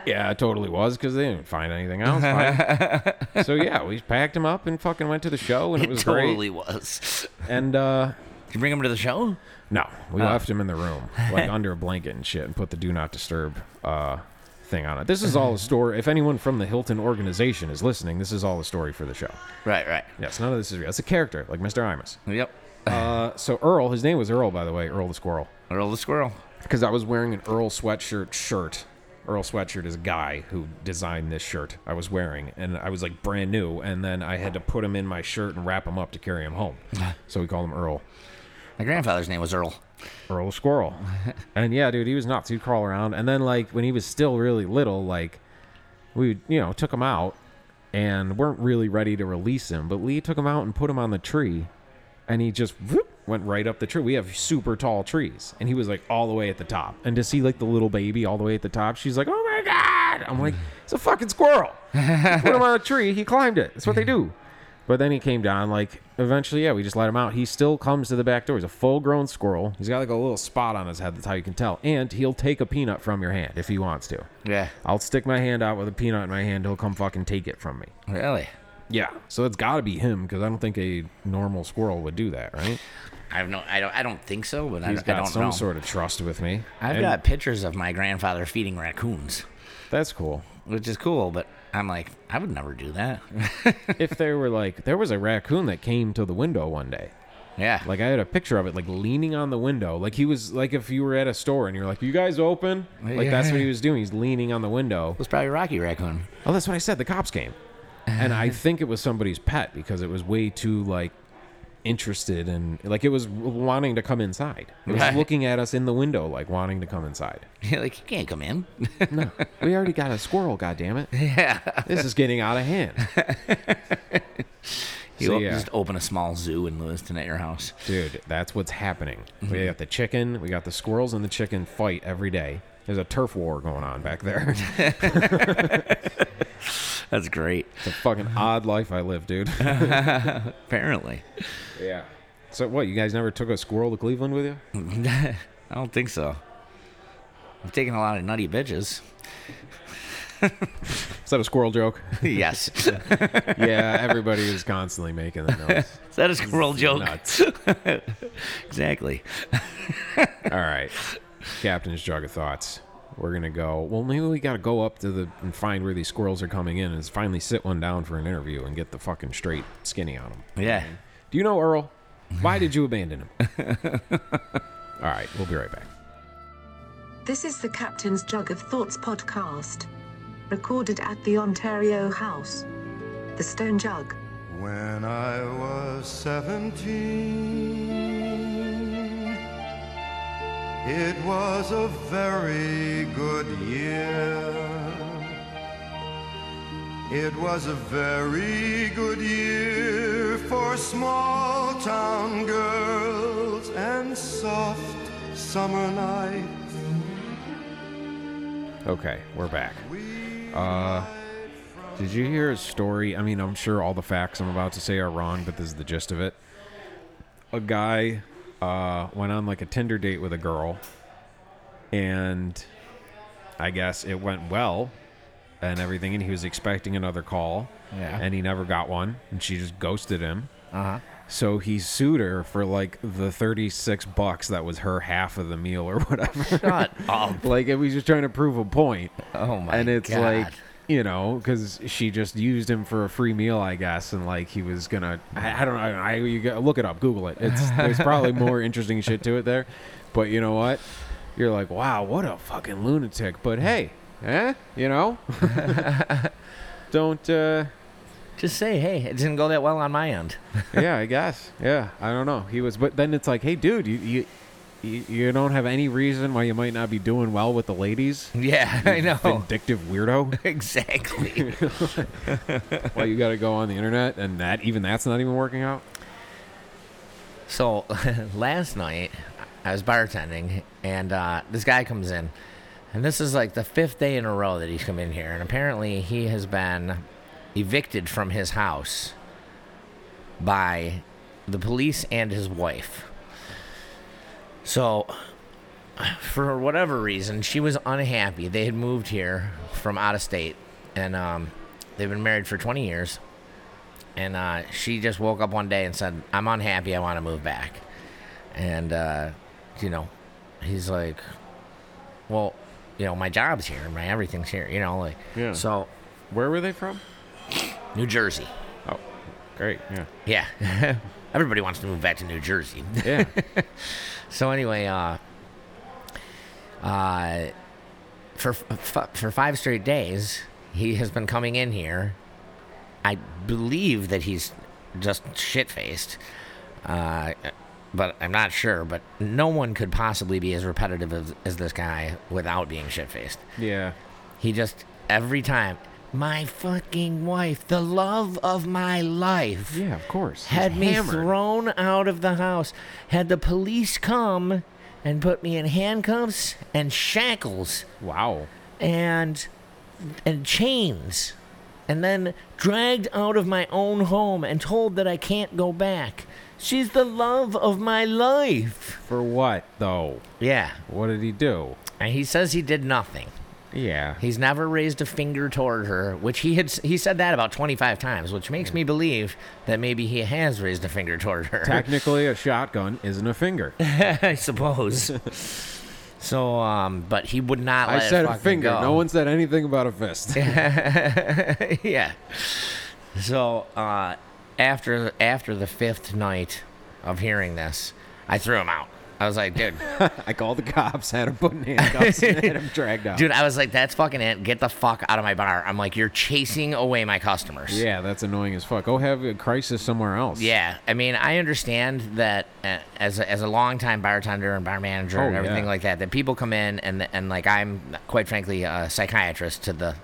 B: Yeah, it totally was because they didn't find anything else. Fine. so yeah, we packed him up and fucking went to the show, and it,
C: It,
B: was
C: totally was.
B: great. And uh,
C: Did you bring him to the show?
B: no, we left him in the room, like under a blanket and shit, and put the do not disturb uh, thing on it. This is all a story. If anyone from the Hilton organization is listening, this is all a story for the show.
C: Right, right.
B: Yes, none of this is real. It's a character, like Mr. Imus.
C: Yep.
B: Uh, so Earl, his name was Earl, by the way, Earl the Squirrel.
C: Earl the Squirrel.
B: because I was wearing an Earl sweatshirt shirt. Earl sweatshirt is a guy who designed this shirt I was wearing, and I was like brand new. And then I had to put him in my shirt and wrap him up to carry him home. So we called him Earl,
C: My grandfather's name was Earl.
B: Earl Squirrel. And yeah, dude, he was nuts. He'd crawl around, and then like when he was still really little, like we you know took him out and weren't really ready to release him, but Lee took him out and put him on the tree, and he just whoop, went right up the tree. We have super tall trees, and he was like all the way at the top. And to see like the little baby all the way at the top, she's like, "Oh my god!" I'm like, "It's a fucking squirrel." put him on a tree. He climbed it. That's what they do. But then he came down. Like eventually, yeah, we just let him out. He still comes to the back door. He's a full-grown squirrel. He's got like a little spot on his head. That's how you can tell. And he'll take a peanut from your hand if he wants to.
C: Yeah.
B: I'll stick my hand out with a peanut in my hand. He'll come fucking take it from me.
C: Really?
B: Yeah. So it's got to be him because I don't think a normal squirrel would do that, right?
C: I have no. I don't. I don't think so. But I,
B: He's
C: I
B: got
C: don't
B: some
C: know.
B: sort of trust with me.
C: I've
B: And
C: got pictures of my grandfather feeding raccoons,
B: That's cool.
C: which is cool. But I'm like, I would never do that.
B: if they were like, there was a raccoon that came to the window one day.
C: yeah.
B: Like I had a picture of it, like leaning on the window. Like he was like if you were at a store and you're like, "You guys open?" Like that's what he was doing. He's leaning on the window.
C: it was probably Rocky Raccoon.
B: Oh, that's what I said. The cops came, and I think it was somebody's pet because it was way too like interested and like it was wanting to come inside. It was
C: Right.
B: looking at us in the window, like wanting to come inside.
C: like you can't come in.
B: No, we already got a squirrel. Goddamn it!
C: yeah.
B: This is getting out of hand,
C: You
B: So,
C: o-
B: yeah.
C: just open a small zoo in Lewiston at your house.
B: dude. That's what's happening.
C: Mm-hmm.
B: We got the chicken. We got the squirrels and the chicken fight every day. There's a turf war going on back there.
C: That's great.
B: It's a fucking odd life I live, dude.
C: Apparently.
B: yeah. So what? You guys never took a squirrel to Cleveland with you?
C: I don't think so. I'm taking a lot of nutty bitches.
B: Is that a squirrel joke?
C: yes.
B: yeah, everybody is constantly making that noise.
C: Is that a squirrel joke?
B: Nuts.
C: Exactly.
B: All right. Captain's jug of thoughts. We're gonna go. Well, maybe we gotta go up to the and find where these squirrels are coming in, and finally sit one down for an interview and get the fucking straight skinny on them.
C: Yeah.
B: Do you know Earl? Why did you abandon him? All right, we'll be right back.
A: This is the Captain's Jug of Thoughts podcast. Recorded at the Ontario House. The Stone Jug.
G: When I was 17, It was a very good year. It was a very good year for small town girls and soft summer nights.
B: Okay, we're back. Uh, did you hear a story? I mean, I'm sure all the facts I'm about to say are wrong, but this is the gist of it. A guy uh, went on like a Tinder date with a girl, and I guess it went well and everything, and he was expecting another call,
C: Yeah.
B: and he never got one, and she just ghosted him.
C: Uh huh.
B: So he sued her for like the 36 bucks that was her half of the meal or whatever.
C: Shut up.
B: like if he's just trying to prove a point
C: Oh my
B: and it's
C: God.
B: like you know because she just used him for a free meal i guess and like he was gonna i, I don't know i you go, look it up google it it's there's probably more interesting shit to it there but you know what you're like wow what a fucking lunatic but hey eh you know don't uh
C: just say, hey, it didn't go that well on my end.
B: yeah, I guess. Yeah, I don't know. He was, but then it's like, hey, dude, you you you- you don't have any reason why you might not be doing well with the ladies.
C: yeah, I know.
B: Vindictive weirdo.
C: exactly.
B: why you got to go on the internet and that even that's not even working out.
C: So last night I was bartending and uh, this guy comes in, and this is like the fifth day in a row that he's come in here, and apparently he has been evicted from his house by the police and his wife. So for whatever reason, she was unhappy. They had moved here from out of state, and um, they've been married for 20 years and uh, she just woke up one day and said, "I'm unhappy. I want to move back." And uh, you know, he's like, "Well, you know, my job's here, my everything's here, you know, like."
B: Yeah.
C: So,
B: Where were they from?
C: New Jersey.
B: Oh, great. Yeah.
C: Yeah. Everybody wants to move back to New Jersey.
B: Yeah.
C: so anyway, uh, uh, for f- f- for five straight days, he has been coming in here. I believe that he's just shit faced, uh, but I'm not sure. But no one could possibly be as repetitive as, as this guy without being shit faced.
B: yeah.
C: He just every time, my fucking wife, the love of my life
B: Yeah. Of course. He's
C: had me
B: hammered.
C: thrown out of the house, had the police come and put me in handcuffs and shackles
B: Wow.
C: and and chains and then dragged out of my own home and told that I can't go back. She's the love of my life.
B: For what though?
C: Yeah.
B: What did he do?
C: And he says he did nothing.
B: Yeah.
C: He's never raised a finger toward her, which he had s- he said that about 25 times, which makes me believe that maybe he has raised a finger toward her.
B: Technically, a shotgun isn't a finger.
C: I suppose. so, um, but he would not.
B: I
C: let it
B: said a
C: fucking
B: finger.
C: go.
B: No one said anything about a fist.
C: yeah. So uh, after after the fifth night of hearing this, I threw him out. I was like, dude,
B: I called the cops, had him put in handcuffs, and had him dragged out.
C: dude. I was like, that's fucking it. Get the fuck out of my bar. I'm like, you're chasing away my customers.
B: Yeah, that's annoying as fuck. Go have a crisis somewhere else.
C: Yeah, I mean, I understand that uh, as a, as a longtime bartender and bar manager and
B: Oh,
C: everything
B: yeah.
C: like that, that people come in and and like I'm quite frankly a psychiatrist to the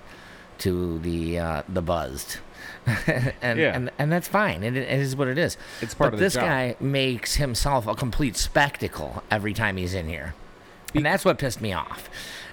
C: to the uh, the buzzed, and,
B: Yeah.
C: and and that's fine. It, it is what it is.
B: It's part
C: but
B: of the
C: this
B: job.
C: guy makes himself a complete spectacle every time he's in here, and that's what pissed me off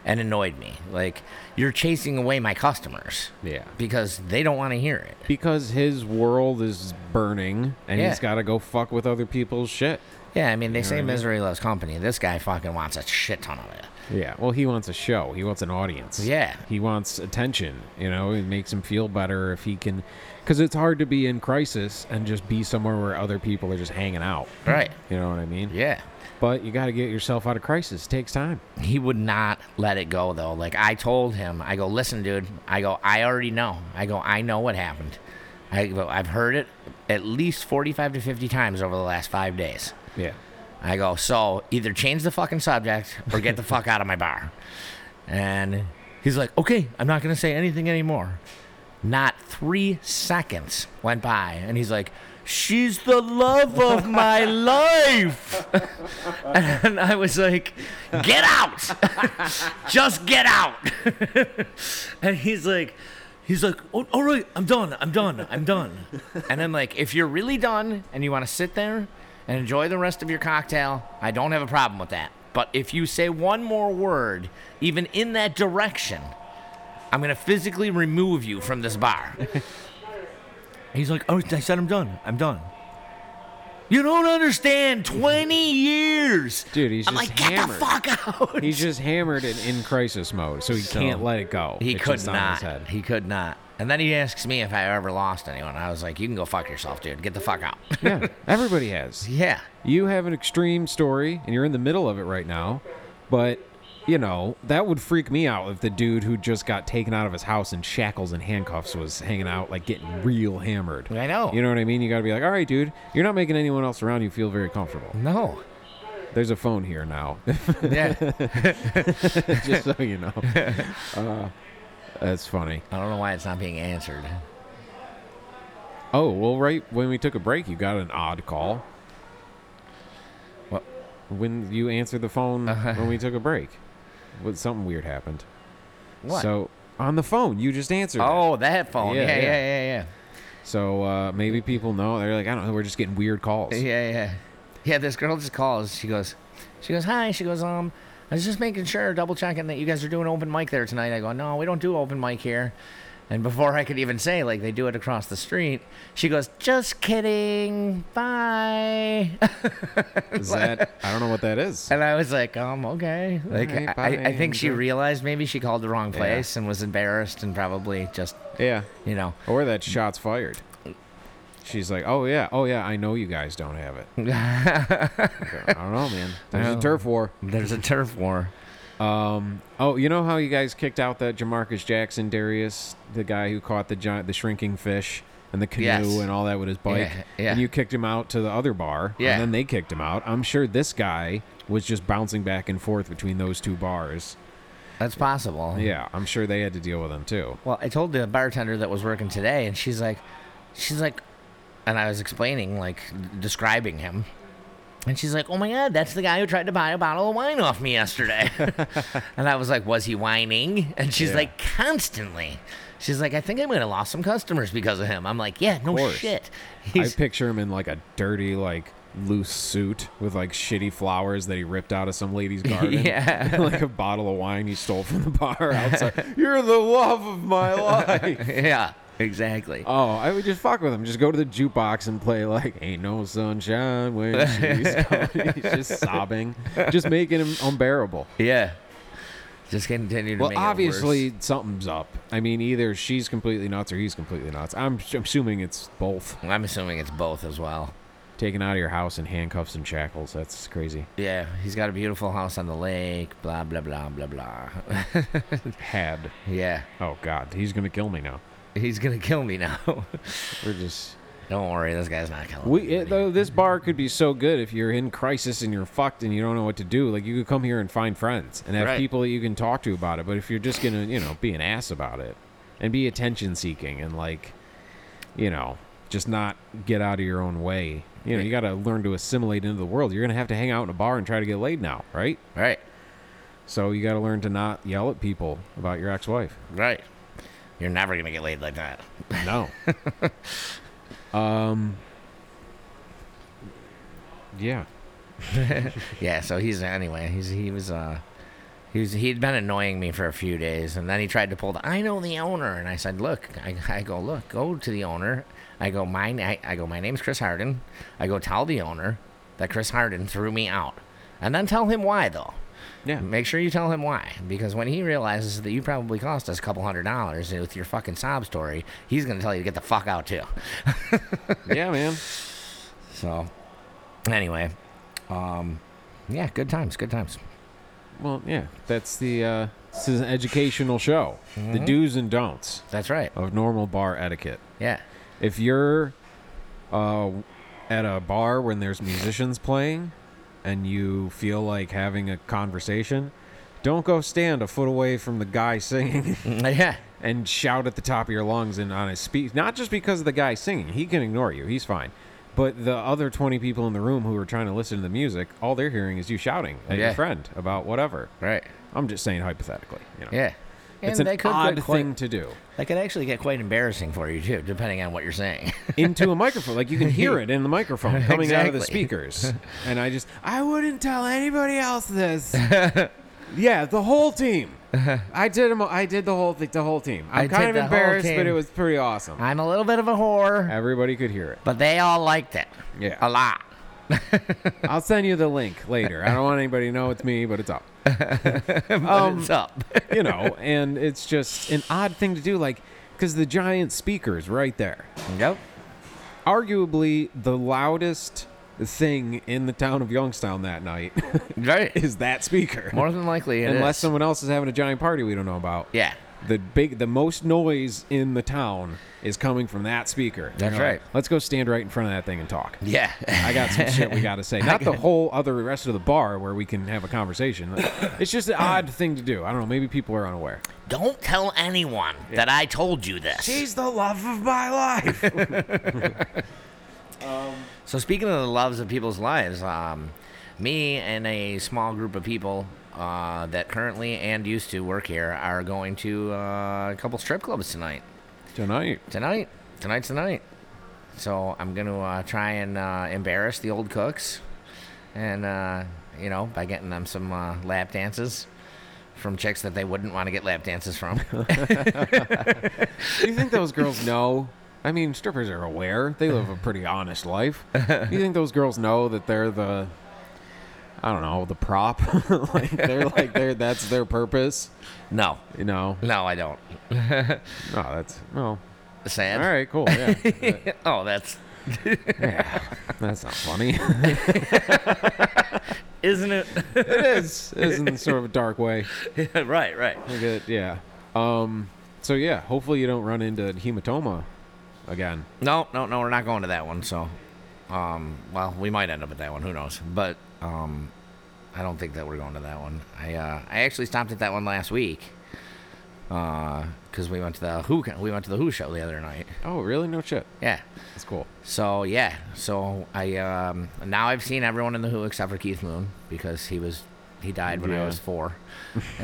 C: and annoyed me. Like you're chasing away my customers.
B: Yeah.
C: Because they don't want to hear it.
B: Because his world is burning and
C: Yeah.
B: he's got to go fuck with other people's shit.
C: Yeah, I mean, they say misery loves company. This guy fucking wants a shit ton of it.
B: Yeah. Well, he wants a show. He wants an audience.
C: Yeah.
B: He wants attention. You know, it makes him feel better if he can. Because it's hard to be in crisis and just be somewhere where other people are just hanging out.
C: Right.
B: You know what I mean?
C: Yeah.
B: But you got to get yourself out of crisis. It takes time.
C: He would not let it go, though. Like, I told him, I go, listen, dude, I go, I already know. I go, I know what happened. I go, I've heard it at least 45 to 50 times over the last five days.
B: Yeah.
C: I go, so either change the fucking subject or get the fuck out of my bar. And he's like, okay, I'm not going to say anything anymore. Not three seconds went by. And he's like, she's the love of my life. And I was like, get out. Just get out. and he's like, he's like, oh, all right, I'm done. I'm done. I'm done. And I'm like, if you're really done and you want to sit there and enjoy the rest of your cocktail, I don't have a problem with that. But if you say one more word, even in that direction, I'm going to physically remove you from this bar. He's like, oh, I said I'm done. I'm done. You don't understand. 20 years.
B: Dude, he's
C: I'm
B: just
C: like,
B: hammered.
C: get the fuck out.
B: He's just hammered and in crisis mode, so he can't let it go.
C: He
B: It's
C: could
B: just on his
C: not.
B: head.
C: He could not. And then he asks me if I ever lost anyone. I was like, you can go fuck yourself, dude. Get the fuck out.
B: yeah, everybody has.
C: yeah.
B: You have an extreme story, and you're in the middle of it right now, but. You know, that would freak me out if the dude who just got taken out of his house in shackles and handcuffs was hanging out, like getting real hammered.
C: I know.
B: You know what I mean? You gotta be like, all right, dude, you're not making anyone else around you feel very comfortable.
C: No.
B: There's a phone here now,
C: Yeah.
B: just so you know. Uh, that's funny.
C: I don't know why it's not being answered.
B: Oh, well, right when we took a break, you got an odd call.
C: What?
B: When you answered the phone when we took a break, what, something weird happened.
C: What?
B: So, on the phone, you just answered. it.
C: oh, that phone.
B: Yeah,
C: Yeah, yeah,
B: yeah.
C: yeah,
B: So, uh, maybe people know. They're like, I don't know, we're just getting weird calls.
C: yeah. Yeah, yeah. Yeah, this girl just calls. She goes, she goes, hi. She goes, um, I was just making sure, double checking that you guys are doing open mic there tonight. I go, no, we don't do open mic here. And before I could even say, like, they do it across the street, she goes, just kidding. Bye.
B: Is that, I don't know what that is.
C: And I was like, um, okay. Like,
B: right,
C: I, I
B: bye.
C: think she realized maybe she called the wrong
B: Yeah.
C: place and was embarrassed and probably just,
B: Yeah.
C: you know,
B: Or that shots fired. She's like, oh, yeah, oh, yeah, I know you guys don't have it. I don't know, man. There's a
C: No.
B: turf war.
C: there's a turf war.
B: Oh, you know how you guys kicked out that Jamarcus Jackson, Darius, the guy who caught the giant, the shrinking fish and the canoe
C: Yes.
B: and all that with his bike,
C: Yeah, yeah.
B: and you kicked him out to the other bar,
C: Yeah.
B: and then they kicked him out. I'm sure this guy was just bouncing back and forth between those two bars.
C: That's possible.
B: Yeah, I'm sure they had to deal with him too.
C: Well, I told the bartender that was working today, and she's like, she's like, and I was explaining, like, describing him. And she's like, oh my God, that's the guy who tried to buy a bottle of wine off me yesterday. and I was like, was he whining? And she's
B: Yeah.
C: like, constantly. She's like, I think I might have lost some customers because of him. I'm like, yeah, no
B: course.
C: shit.
B: I picture him in like a dirty, like loose suit with like shitty flowers that he ripped out of some lady's garden.
C: Yeah.
B: like a bottle of wine he stole from the bar outside. You're the love of my life.
C: yeah, exactly.
B: Oh, I would just fuck with him. Just go to the jukebox and play like "Ain't No Sunshine" when she's gone." He's just sobbing, just making him unbearable.
C: yeah. Just continue to
B: Well,
C: make it worse.
B: obviously something's up. I mean, either she's completely nuts or he's completely nuts. I'm, I'm assuming it's both.
C: I'm assuming it's both as well.
B: Taken out of your house in handcuffs and shackles. That's crazy.
C: Yeah, he's got a beautiful house on the lake, blah, blah, blah, blah, blah.
B: Had.
C: yeah,
B: Oh God, he's gonna kill me now.
C: he's going to kill me now.
B: We're just.
C: Don't worry, this guy's not killing
B: We
C: me.
B: it, though this bar could be so good if you're in crisis and you're fucked and you don't know what to do. Like you could come here and find friends and have
C: Right.
B: people that you can talk to about it. But if you're just gonna, you know, be an ass about it and be attention seeking and like, you know, just not get out of your own way. You know, you got to learn to assimilate into the world. You're gonna have to hang out in a bar and try to get laid now, right?
C: Right,
B: So you got to learn to not yell at people about your ex-wife.
C: right. You're never going to get laid like that.
B: No. um. Yeah.
C: Yeah, so he's, anyway, he's, he was, uh, he was, he'd been annoying me for a few days, and then he tried to pull the, I know the owner, and I said, look, I, I go, look, go to the owner. I go, my, na- I, I go, my name's Chris Harden. I go, tell the owner that Chris Harden threw me out, and then tell him why, though.
B: Yeah.
C: Make sure you tell him why, because when he realizes that you probably cost us a couple hundred dollars with your fucking sob story, he's gonna tell you to get the fuck out too.
B: Yeah, man.
C: So, anyway, um, yeah, good times, good times.
B: Well, yeah, that's the uh, this is an educational show. The do's and don'ts
C: That's right.
B: of normal bar etiquette.
C: Yeah,
B: If you're uh, at a bar when there's musicians playing and you feel like having a conversation, don't go stand a foot away from the guy singing
C: yeah,
B: and shout at the top of your lungs and on his speech. Not just because of the guy singing, he can ignore you. He's fine. But the other 20 people in the room who are trying to listen to the music, all they're hearing is you shouting at
C: Yeah.
B: your friend about whatever.
C: Right.
B: I'm just saying hypothetically. You know?
C: Yeah. And
B: It's an
C: they could
B: odd
C: get quite,
B: thing to do
C: That could actually get quite embarrassing for you too, depending on what you're saying.
B: into a microphone. Like you can hear it in the microphone coming out of the
C: Exactly.
B: speakers. And I just, I wouldn't tell anybody else this. yeah, the whole team. I did. 'em- I did the whole thing. The whole team. I'm
C: I
B: kind
C: did
B: of
C: the whole
B: embarrassed, but
C: team.
B: it was pretty awesome.
C: I'm a little bit of a whore,
B: Everybody could hear it.
C: but they all liked it.
B: Yeah.
C: A lot.
B: I'll send you the link later. I don't want anybody to know it's me, but it's up.
C: What's up?
B: you know, and it's just an odd thing to do, like, because the giant speaker's right there.
C: Yep.
B: Arguably the loudest thing in the town of Youngstown that night
C: Right.
B: is that speaker.
C: More than likely, it
B: Unless
C: is.
B: someone else is having a giant party we don't know about.
C: Yeah.
B: The big, the most noise in the town is coming from that speaker.
C: That's
B: You know,
C: right.
B: Let's go stand right in front of that thing and talk.
C: Yeah.
B: I got some shit we got to say. Not the whole other rest of the bar where we can have a conversation. It's just an odd thing to do. I don't know. Maybe people are unaware.
C: Don't tell anyone that I told you this.
B: She's the love of my Um, life.
C: So speaking of the loves of people's lives, um, me and a small group of people uh, that currently and used to work here are going to uh, a couple strip clubs tonight.
B: Tonight.
C: Tonight, tonight's the night. So I'm gonna uh, try and uh, embarrass the old cooks, and uh, you know by getting them some uh, lap dances from chicks that they wouldn't want to get lap dances from.
B: Do you think those girls know? I mean, strippers are aware. They live a pretty honest life. Do you think those girls know that they're the, I don't know, the prop? like they're like they're that's their purpose.
C: no,
B: You know?
C: no, I don't.
B: No, that's well.
C: Sad.
B: All right, cool. Yeah,
C: Oh, that's
B: that's not funny.
C: isn't it?
B: it is. It is in sort of a dark way.
C: right, right.
B: I get- yeah. Um. So yeah, hopefully you don't run into hematoma again.
C: No, no, no, we're not going to that one. So, um, well, we might end up at that one. Who knows? But um, I don't think that we're going to that one. I uh, I actually stopped at that one last week because we went to the Who we went to the Who show the other night.
B: Oh, really? No shit.
C: Yeah.
B: That's cool.
C: So yeah. So I um, now I've seen everyone in the Who except for Keith Moon because he was he died when
B: Yeah.
C: I was four.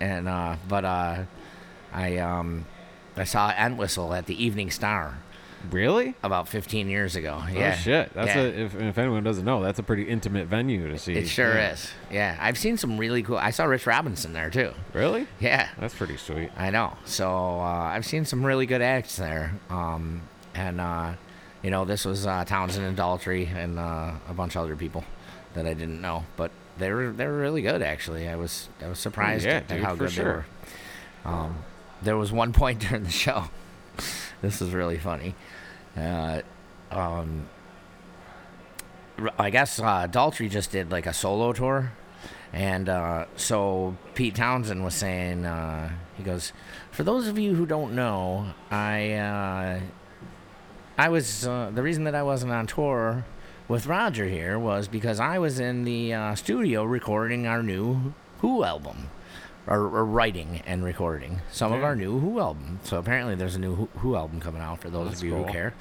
C: and uh, but uh, I um, I saw Entwistle at the Evening Star
B: Really?
C: about 15 years ago. Yeah.
B: Oh shit! That's
C: yeah.
B: a if, if anyone doesn't know, that's a pretty intimate venue to see.
C: It sure
B: Yeah.
C: is. Yeah. I've seen some really cool. I saw Rich Robinson there too.
B: Really?
C: Yeah.
B: That's pretty sweet.
C: I know. So uh, I've seen some really good acts there. Um, and, uh, you know, this was uh, Townsend and Daltrey and uh, a bunch of other people that I didn't know. But they were, they were really good, actually. I was, I was surprised
B: Oh, yeah,
C: at
B: dude,
C: how
B: for
C: good they
B: sure.
C: were. Um, there was one point during the show. this is really funny. Uh, um, r- I guess uh, Daltrey just did like a solo tour. And uh, so Pete Townsend was saying, uh, he goes, For those of you who don't know, I, uh, I was, uh, the reason that I wasn't on tour with Roger here was because I was in the uh, studio recording our new Who album. Or, or writing and recording some of
B: Yeah.
C: our new Who album. So apparently there's a new Who, Who album coming out for those
B: That's
C: of you
B: cool.
C: who care.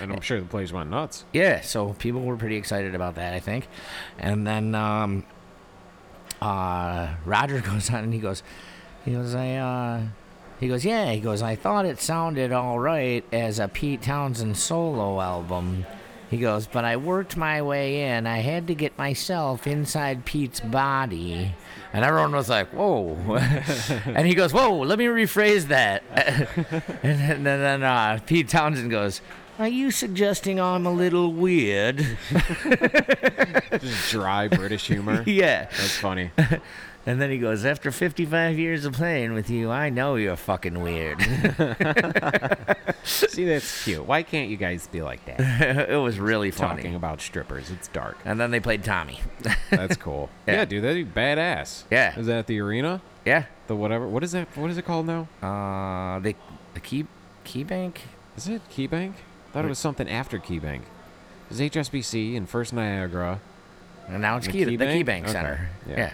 B: And I'm sure the place went nuts.
C: Yeah, so people were pretty excited about that, I think. And then um, uh, Roger goes on and he goes, he goes, I, uh, he goes, yeah, he goes, I thought it sounded all right as a Pete Townsend solo album. He goes, but I worked my way in. I had to get myself inside Pete's body. And everyone was like, whoa. and he goes, whoa, let me rephrase that. and then, and then uh, Pete Townsend goes, are you suggesting I'm a little weird?
B: Just dry British humor.
C: yeah.
B: That's funny.
C: And then he goes, After 55 years of playing with you, I know you're fucking weird.
B: see, that's cute. Why can't you guys be like that?
C: it was really funny.
B: Talking about strippers, it's dark.
C: And then they played Tommy.
B: That's cool. yeah.
C: Yeah.
B: dude, that'd be badass.
C: Yeah.
B: Is that at the arena?
C: yeah.
B: The whatever. What is that? What is it called now?
C: Uh, they, the key, key bank?
B: Is it KeyBank? Thought it was something after KeyBank. Is HSBC and First Niagara?
C: And now it's
B: The
C: key,
B: Key
C: the key
B: Bank?
C: bank
B: Okay.
C: center.
B: Yeah.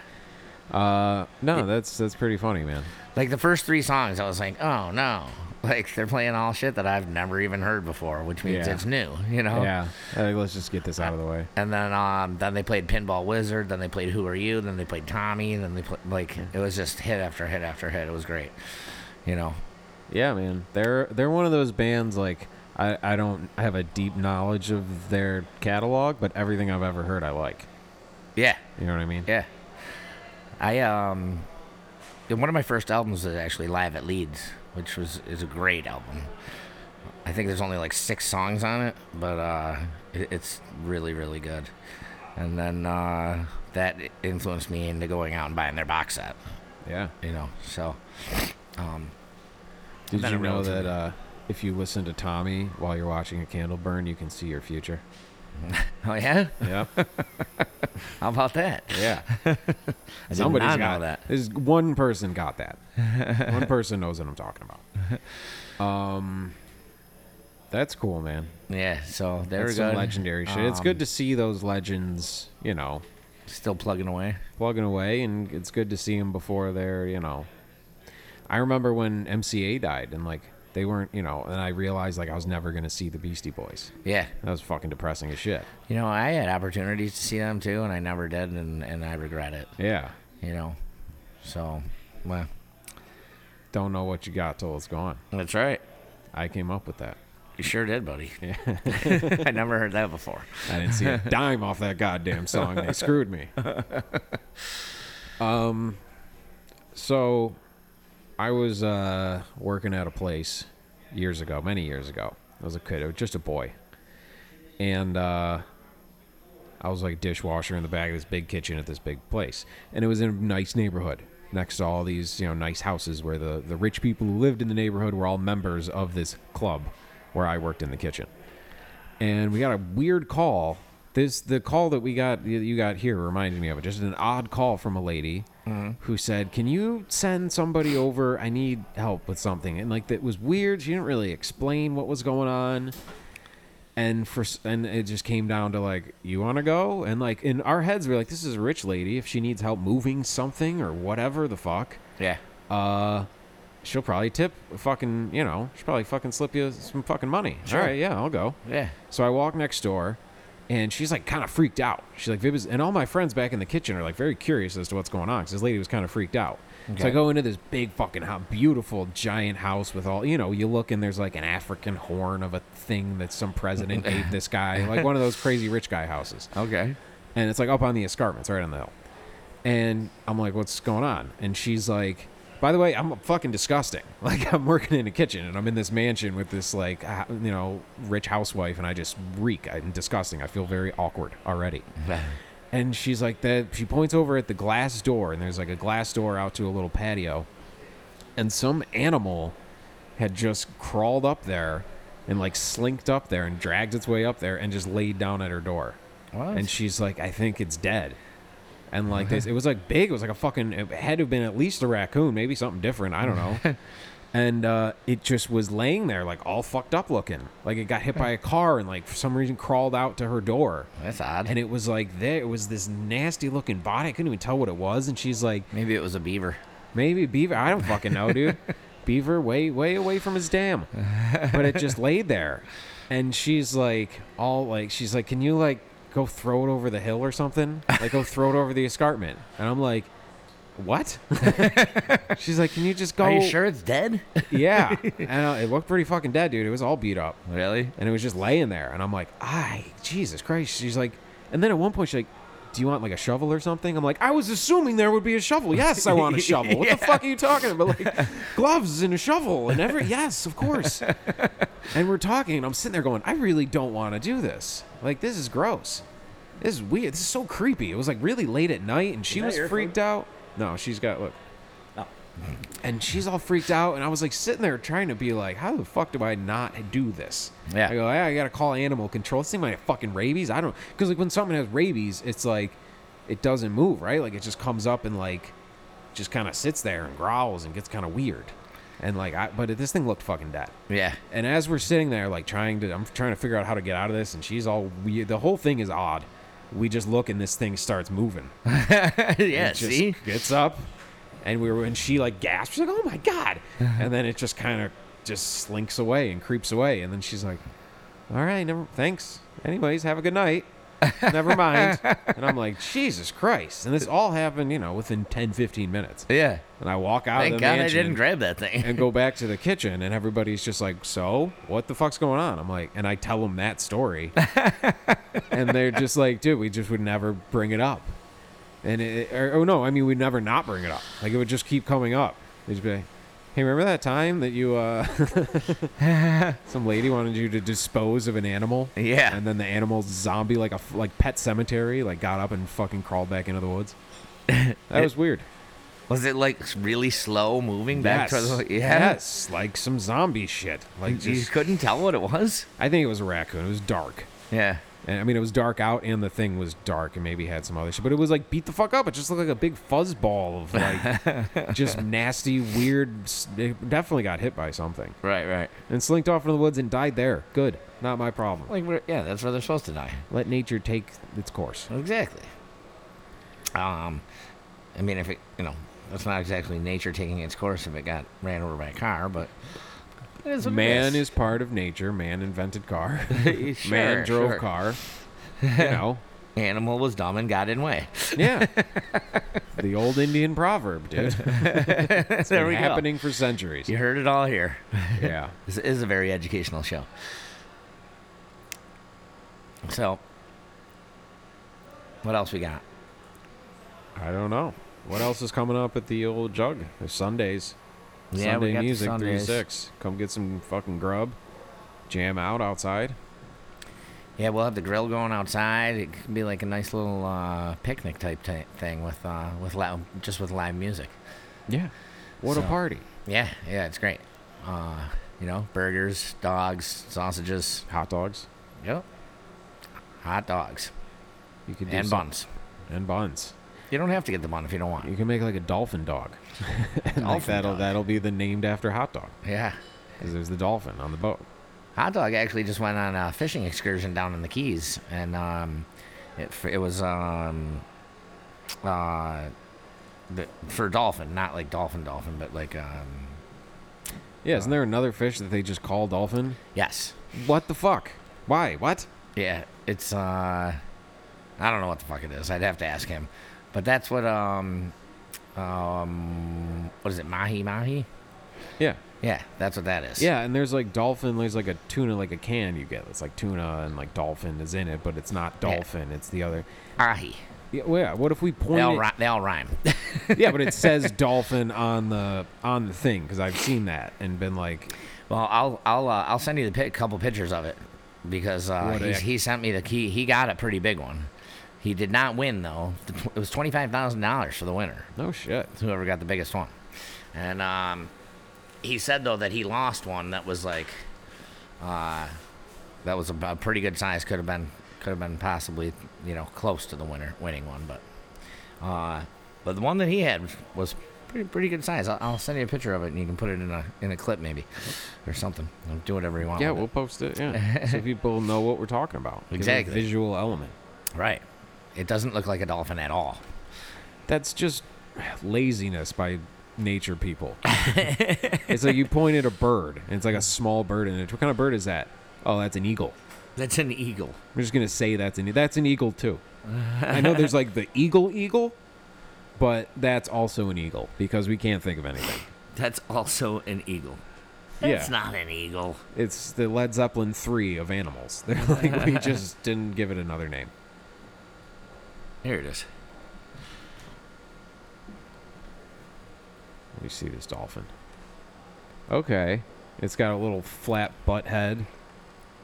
C: Yeah.
B: Uh, no, that's that's pretty funny, man.
C: Like the first three songs, I was like, Oh no. Like they're playing all shit that I've never even heard before, which means
B: Yeah.
C: it's new, you know?
B: Yeah. Like, let's just get this out of the way.
C: And then um, then they played Pinball Wizard, then they played Who Are You, then they played Tommy, then they played like it was just hit after hit after hit. It was great, you know.
B: Yeah, man. They're they're one of those bands like I, I don't have a deep knowledge of their catalog, but everything I've ever heard I like.
C: Yeah,
B: You know what I mean?
C: yeah. I um, one of my first albums was actually live at Leeds, which was is a great album. I think there's only like six songs on it, but uh, it, it's really really good. And then uh, that influenced me into going out and buying their box set,
B: Yeah.
C: you know. So um,
B: Did
C: Then
B: you
C: it
B: know
C: relatively-
B: that uh, if you listen to Tommy while you're watching a candle burn, you can see your future?
C: oh yeah.
B: Yeah.
C: How about that?
B: yeah.
C: I did
B: Somebody's
C: not
B: got
C: know that.
B: There's one person got that. one person knows what I'm talking about. Um, that's cool, man.
C: Yeah, so there
B: That's
C: we go. Um,
B: some legendary shit. it's good to see those legends, you know,
C: Still plugging away.
B: plugging away, and it's good to see them before they're, you know. I remember when MCA died, and like they weren't, you know, and I realized like I was never gonna see the Beastie Boys.
C: Yeah.
B: That was fucking depressing as shit.
C: You know, I had opportunities to see them too, and I never did, and, and I regret it.
B: Yeah.
C: You know, so well,
B: Don't know what you got till it's gone.
C: that's right.
B: I came up with that.
C: You sure did, buddy. I never heard that before.
B: I didn't see a dime off that goddamn song. They screwed me. Um, so I was uh, working at a place years ago, many years ago. I was a kid, I was just a boy, and uh, I was like dishwasher in the back of this big kitchen at this big place, and it was in a nice neighborhood next to all these you know nice houses where the the rich people who lived in the neighborhood were all members of this club where I worked in the kitchen and we got a weird call. This the call that we got that you got here reminded me of it. Just an odd call from a lady who said, "Can you send somebody over? I need help with something." And like that was weird. She didn't really explain what was going on. And for s- and it just came down to like, "You want to go?" And like in our heads, we are like, "This is a rich lady. If she needs help moving something or whatever the fuck,
C: Yeah.
B: uh, she'll probably tip fucking you know, she'll probably fucking slip you some fucking money." All right, yeah, I'll go.
C: Yeah.
B: So I walk next door, and she's like kind of freaked out. She's like, Vibis, and all my friends back in the kitchen are like very curious as to what's going on because this lady was kind of freaked out. So I
C: Okay.
B: go into this big fucking house, beautiful giant house with all, you know, you look and there's like an African horn of a thing that some president gave this guy, like one of those crazy rich guy houses
C: Okay.
B: and it's like up on the escarpments right on the hill and i'm like what's going on and she's like by the way i'm fucking disgusting like i'm working in a kitchen and i'm in this mansion with this like ha- you know rich housewife and i just reek i'm disgusting i feel very awkward already and she's like that she points over at the glass door and there's like a glass door out to a little patio and some animal had just crawled up there and like slinked up there and dragged its way up there and just laid down at her door
C: What?
B: and she's like i think it's dead and like this it was like big it was like a fucking it had to have been at least a raccoon maybe something different i don't know and uh, it just was laying there like all fucked up looking like it got hit by a car and like for some reason crawled out to her door
C: That's odd.
B: and it was like there it was this nasty looking body i couldn't even tell what it was and she's like
C: Maybe it was a beaver.
B: Maybe Beaver. I don't fucking know, dude. Beaver way way away from his dam, but it just laid there, and she's like, all like, she's like, can you like go throw it over the hill or something? Like go throw it over the escarpment, and I'm like, what? she's like, can you just go?
C: Are you sure it's dead?
B: Yeah, and uh, it looked pretty fucking dead, dude. It was all beat up
C: really?
B: and it was just laying there. And I'm like, I Jesus Christ. She's like, and then at one point she's like, Do you want like a shovel or something? I'm like, I was assuming there would be a shovel. Yes, I want a shovel. What the fuck are you talking about? Like gloves and a shovel and every yes, of course. and we're talking, and I'm sitting there going, I really don't want to do this. Like this is gross. This is weird. This is so creepy. It was like really late at night, and she was freaked out. No, she's got look and she's all freaked out and i was like sitting there trying to be like how the fuck do i not do this
C: Yeah.
B: i go "Yeah, i gotta call animal control this thing might have fucking rabies i don't because like when something has rabies it's like it doesn't move right like it just comes up and like just kind of sits there and growls and gets kind of weird and like i but this thing looked fucking dead
C: Yeah.
B: and as we're sitting there, like trying to, I'm trying to figure out how to get out of this, and she's all weird. The whole thing is odd. We just look, and this thing starts moving.
C: yeah.
B: It just
C: See?
B: gets up, and we were, and she like gasps, she's like, "Oh my god!" and then it just kind of just slinks away and creeps away. And then she's like, all right, never, thanks. Anyways, have a good night. Never mind. and I'm like, Jesus Christ. And this all happened, you know, within 10, 15 minutes.
C: Yeah.
B: And I walk out
C: Thank
B: of the
C: God I
B: mansion
C: didn't grab that thing.
B: and go back to the kitchen and everybody's just like so what the fuck's going on i'm like and i tell them that story and they're just like dude we just would never bring it up and it, or, oh no i mean we'd never not bring it up like it would just keep coming up they'd just be like hey remember that time that you uh some lady wanted you to dispose of an animal
C: Yeah.
B: and then the animal zombie like a f- like pet cemetery like got up and fucking crawled back into the woods that was weird
C: Was it like really slow moving back
B: yes.
C: to the yeah?
B: yes, like some zombie shit. Like
C: You
B: just,
C: couldn't tell what it was?
B: I think it was a raccoon. It was dark.
C: Yeah.
B: And, I mean, it was dark out, and the thing was dark, and maybe had some other shit. But it was like beat the fuck up. It just looked like a big fuzz ball of like just nasty, weird. s- It definitely got hit by something
C: Right, right.
B: and slinked off into the woods and died there. Good, not my problem.
C: Like we're, yeah, that's where they're supposed to die.
B: Let nature take its course.
C: Exactly. Um I mean if it you know, that's not exactly nature taking its course if it got ran over by a car, but it is what it
B: Man is part of nature. Man invented car.
C: Sure,
B: Man drove
C: sure.
B: car. You know.
C: Animal was dumb and got in way.
B: Yeah. the old Indian proverb, dude. It's
C: there
B: been
C: we
B: happening for centuries.
C: go. You heard it all here.
B: Yeah.
C: This is a very educational show. So what else we got?
B: I don't know. What else is coming up at the old jug? There's Sundays.
C: Yeah,
B: Sunday
C: we got the
B: music three to
C: Sundays.
B: six. Come get some fucking grub. Jam out outside.
C: Yeah, we'll have the grill going outside. It could be like a nice little uh, picnic type t- thing with uh, with loud, just with live music.
B: Yeah. What a
C: So-
B: party.
C: Yeah, yeah, it's great. Uh, you know, burgers, dogs, sausages.
B: Hot dogs.
C: Yep. Hot dogs
B: You could do
C: and
B: some-
C: buns.
B: And buns.
C: You don't have to get the bun if you don't want.
B: You can make like a dolphin dog. and like
C: Dolphin
B: that'll
C: dog.
B: that'll be the named after hot dog.
C: Yeah.
B: Because there's the dolphin on the boat.
C: Hot dog actually just went on a fishing excursion down in the Keys, and um, it, f- it was um, uh, the, for dolphin, not like dolphin dolphin, but like um,
B: Yeah,
C: Uh.
B: isn't there another fish that they just call dolphin?
C: yes,
B: What the fuck? Why? What?
C: Yeah, it's uh I don't know what the fuck it is. I'd have to ask him. But that's what um um what is it? Mahi mahi?
B: Yeah.
C: Yeah, that's what that is.
B: Yeah, and there's like dolphin, there's like a tuna, like a can you get. It's like tuna and like dolphin is in it, but it's not
C: Yeah.
B: dolphin, it's the other.
C: Ahi.
B: Yeah, well, yeah, what if we
C: They
B: point
C: all,
B: it-
C: ri- they all rhyme.
B: Yeah, but it says dolphin on the on the thing cuz I've seen that and been like,
C: well, I'll I'll uh, I'll send you the pic- couple pictures of it because uh,
B: What
C: he's,
B: a-
C: he sent me the key. He got a pretty big one. He did not win though. The tw- It was twenty five thousand dollars for the winner.
B: "No shit."
C: whoever got the biggest one. And um, he said though that he lost one that was like, uh, that was a, a pretty good size. Could have been could have been possibly you know close to the winner winning one, but uh, but the one that he had was pretty pretty good size. I'll, I'll send you a picture of it and you can put it in a in a clip maybe or something. Do whatever you want.
B: Yeah,
C: with it.
B: we'll post it. Yeah. so people know what we're talking about. Give it a
C: Exactly.
B: Visual element.
C: right. It doesn't look like a dolphin at all.
B: That's just laziness by nature people. it's like you point at a bird, and it's like a small bird, and it. What kind of bird is that? Oh, that's an eagle.
C: That's an eagle.
B: I'm just gonna say that's an e-, that's an eagle too. I know there's like the eagle eagle, but that's also an eagle because we can't think of anything.
C: That's also an eagle.
B: Yeah.
C: That's not an eagle.
B: It's the Led Zeppelin three of animals. They're like we just didn't give it another name.
C: Here it is.
B: Let me see this dolphin. Okay, it's got a little flat butt head.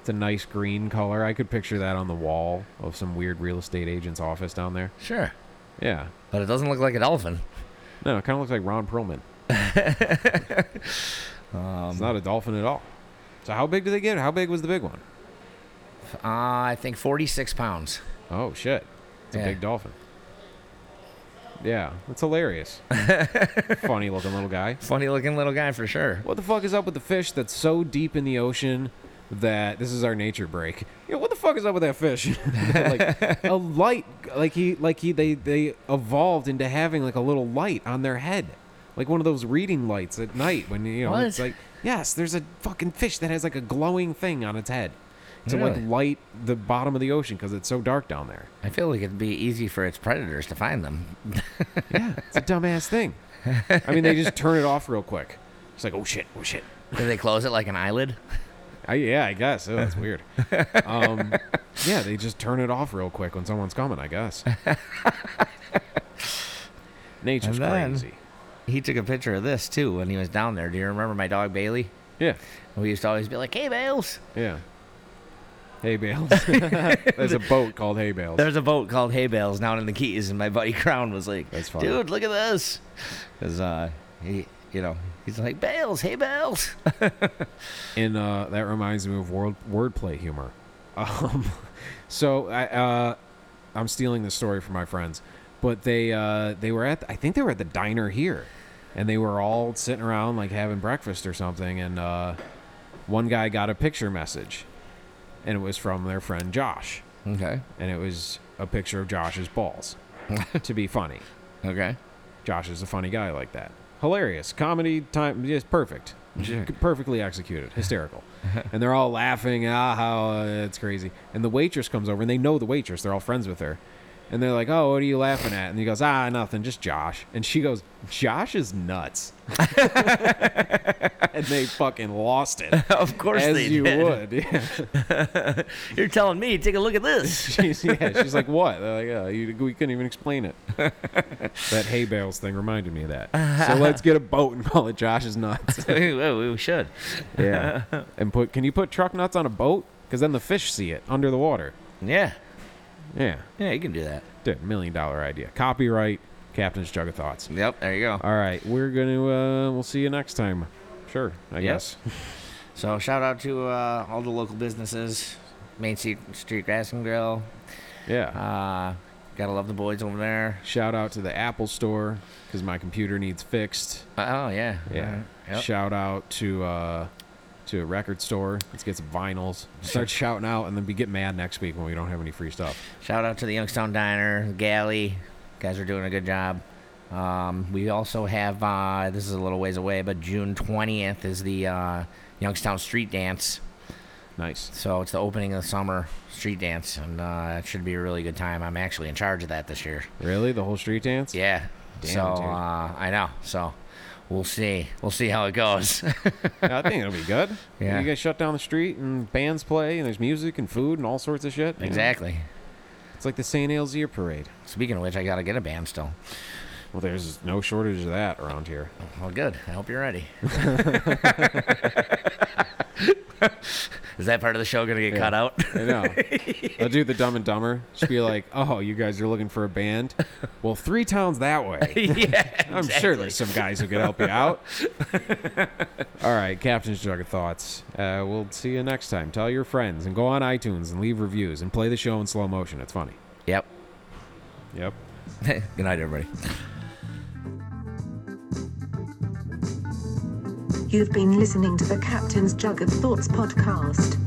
B: It's a nice green color. I could picture that on the wall of some weird real estate agent's office down there.
C: Sure.
B: Yeah.
C: But it doesn't look like a dolphin.
B: No, it kind of looks like Ron Perlman. it's not a dolphin at all. So how big do they get? How big was the big one?
C: Uh, I think 46 pounds.
B: Oh shit! It's a
C: Yeah.
B: big dolphin. Yeah, that's hilarious. Funny looking little guy.
C: Funny looking little guy for sure.
B: What the fuck is up with the fish that's so deep in the ocean that this is our nature break? Yeah, what the fuck is up with that fish? like a light, like he, like he, they, they evolved into having like a little light on their head, like one of those reading lights at night when you know
C: What?
B: it's like Yes, there's a fucking fish that has like a glowing thing on its head to
C: Really?
B: like light the bottom of the ocean because it's so dark down there.
C: I feel like it'd be easy for its predators to find them.
B: Yeah, it's a dumbass thing. I mean, they just turn it off real quick. It's like, oh shit, oh shit.
C: Do they close it like an eyelid?
B: I, yeah, I guess. Oh, that's weird. Um, yeah, they just turn it off real quick when someone's coming, I guess. Nature's
C: And then-
B: crazy.
C: He took a picture of this too when he was down there. Do you remember my dog Bailey?
B: Yeah,
C: We used to always be like, "Hey, Bales."
B: yeah. Hay bales. There's a boat called hay bales.
C: There's a boat called Hay Bales down in the Keys, and my buddy Crown was like,
B: That's funny.
C: "Dude, look at this," because uh, he, you know, he's like, "Bales, Hay Bales."
B: And uh, that reminds me of word wordplay humor. Um, so I, uh, I'm stealing the story from my friends, but they uh, they were at I think they were at the diner here, and they were all sitting around like having breakfast or something, and uh, one guy got a picture message, and it was from their friend Josh,
C: okay,
B: and it was a picture of Josh's balls, to be funny.
C: okay,
B: Josh is a funny guy like that. Hilarious. Comedy time just perfect.
C: Sure.
B: Perfectly executed. Hysterical. and they're all laughing. Ah, how uh, it's crazy. And the waitress comes over and they know the waitress. They're all friends with her. And they're like, "Oh, what are you laughing at?" And he goes, "Ah, nothing, just Josh." And she goes, "Josh is nuts." and they fucking lost it.
C: of course
B: As
C: they
B: you
C: did.
B: would. Yeah.
C: You're telling me, take a look at this.
B: She's, yeah, she's like, what? They're like, oh, you, we couldn't even explain it. that hay bales thing reminded me of that. So let's get a boat and call it Josh's nuts.
C: we, we we should.
B: yeah. And put can you put truck nuts on a boat? Because then the fish see it under the water.
C: Yeah,
B: Yeah.
C: yeah, you can do that.
B: Dude, million dollar idea. Copyright, Captain's Jug of Thoughts.
C: Yep, there you go.
B: All right, we're gonna uh, we'll see you next time. Sure, I
C: Yep.
B: guess.
C: So shout out to uh, all the local businesses, Main Street, Street Grass and Grill.
B: Yeah.
C: Uh, gotta love the boys over there.
B: Shout out to the Apple Store because my computer needs fixed.
C: Oh yeah,
B: Yeah.
C: Yep.
B: Shout out to uh to a record store. Let's get some vinyls. Start shouting out and then be get mad next week when we don't have any free stuff.
C: Shout out to the Youngstown Diner, Galley. Guys are doing a good job. Um, we also have, uh, this is a little ways away, but June 20th is the uh, Youngstown Street Dance.
B: Nice.
C: So it's the opening of the summer street dance, and uh, it should be a really good time. I'm actually in charge of that this year.
B: Really? The whole street dance?
C: Yeah.
B: Damn,
C: so
B: dude.
C: uh, I know. So we'll see. We'll see how it goes.
B: I think it'll be good.
C: Yeah.
B: You guys shut down the street and bands play and there's music and food and all sorts of shit.
C: exactly.
B: It's like the St. Ale's Year Parade.
C: Speaking of which, I got to get a band still.
B: Well, there's no shortage of that around here.
C: Well, good. I hope you're ready. Is that part of the show going to get cut out?
B: I know. I'll do the Dumb and Dumber. Just be like, oh, you guys are looking for a band? Well, three towns that way.
C: yeah,
B: I'm sure there's some guys who can help you out. All right, Captain's Jug of Thoughts. Uh, we'll see you next time. Tell your friends and go on iTunes and leave reviews and play the show in slow motion. It's funny.
C: Yep.
B: Yep.
C: Good night, everybody.
A: You've been listening to the Captain's Jug of Thoughts podcast.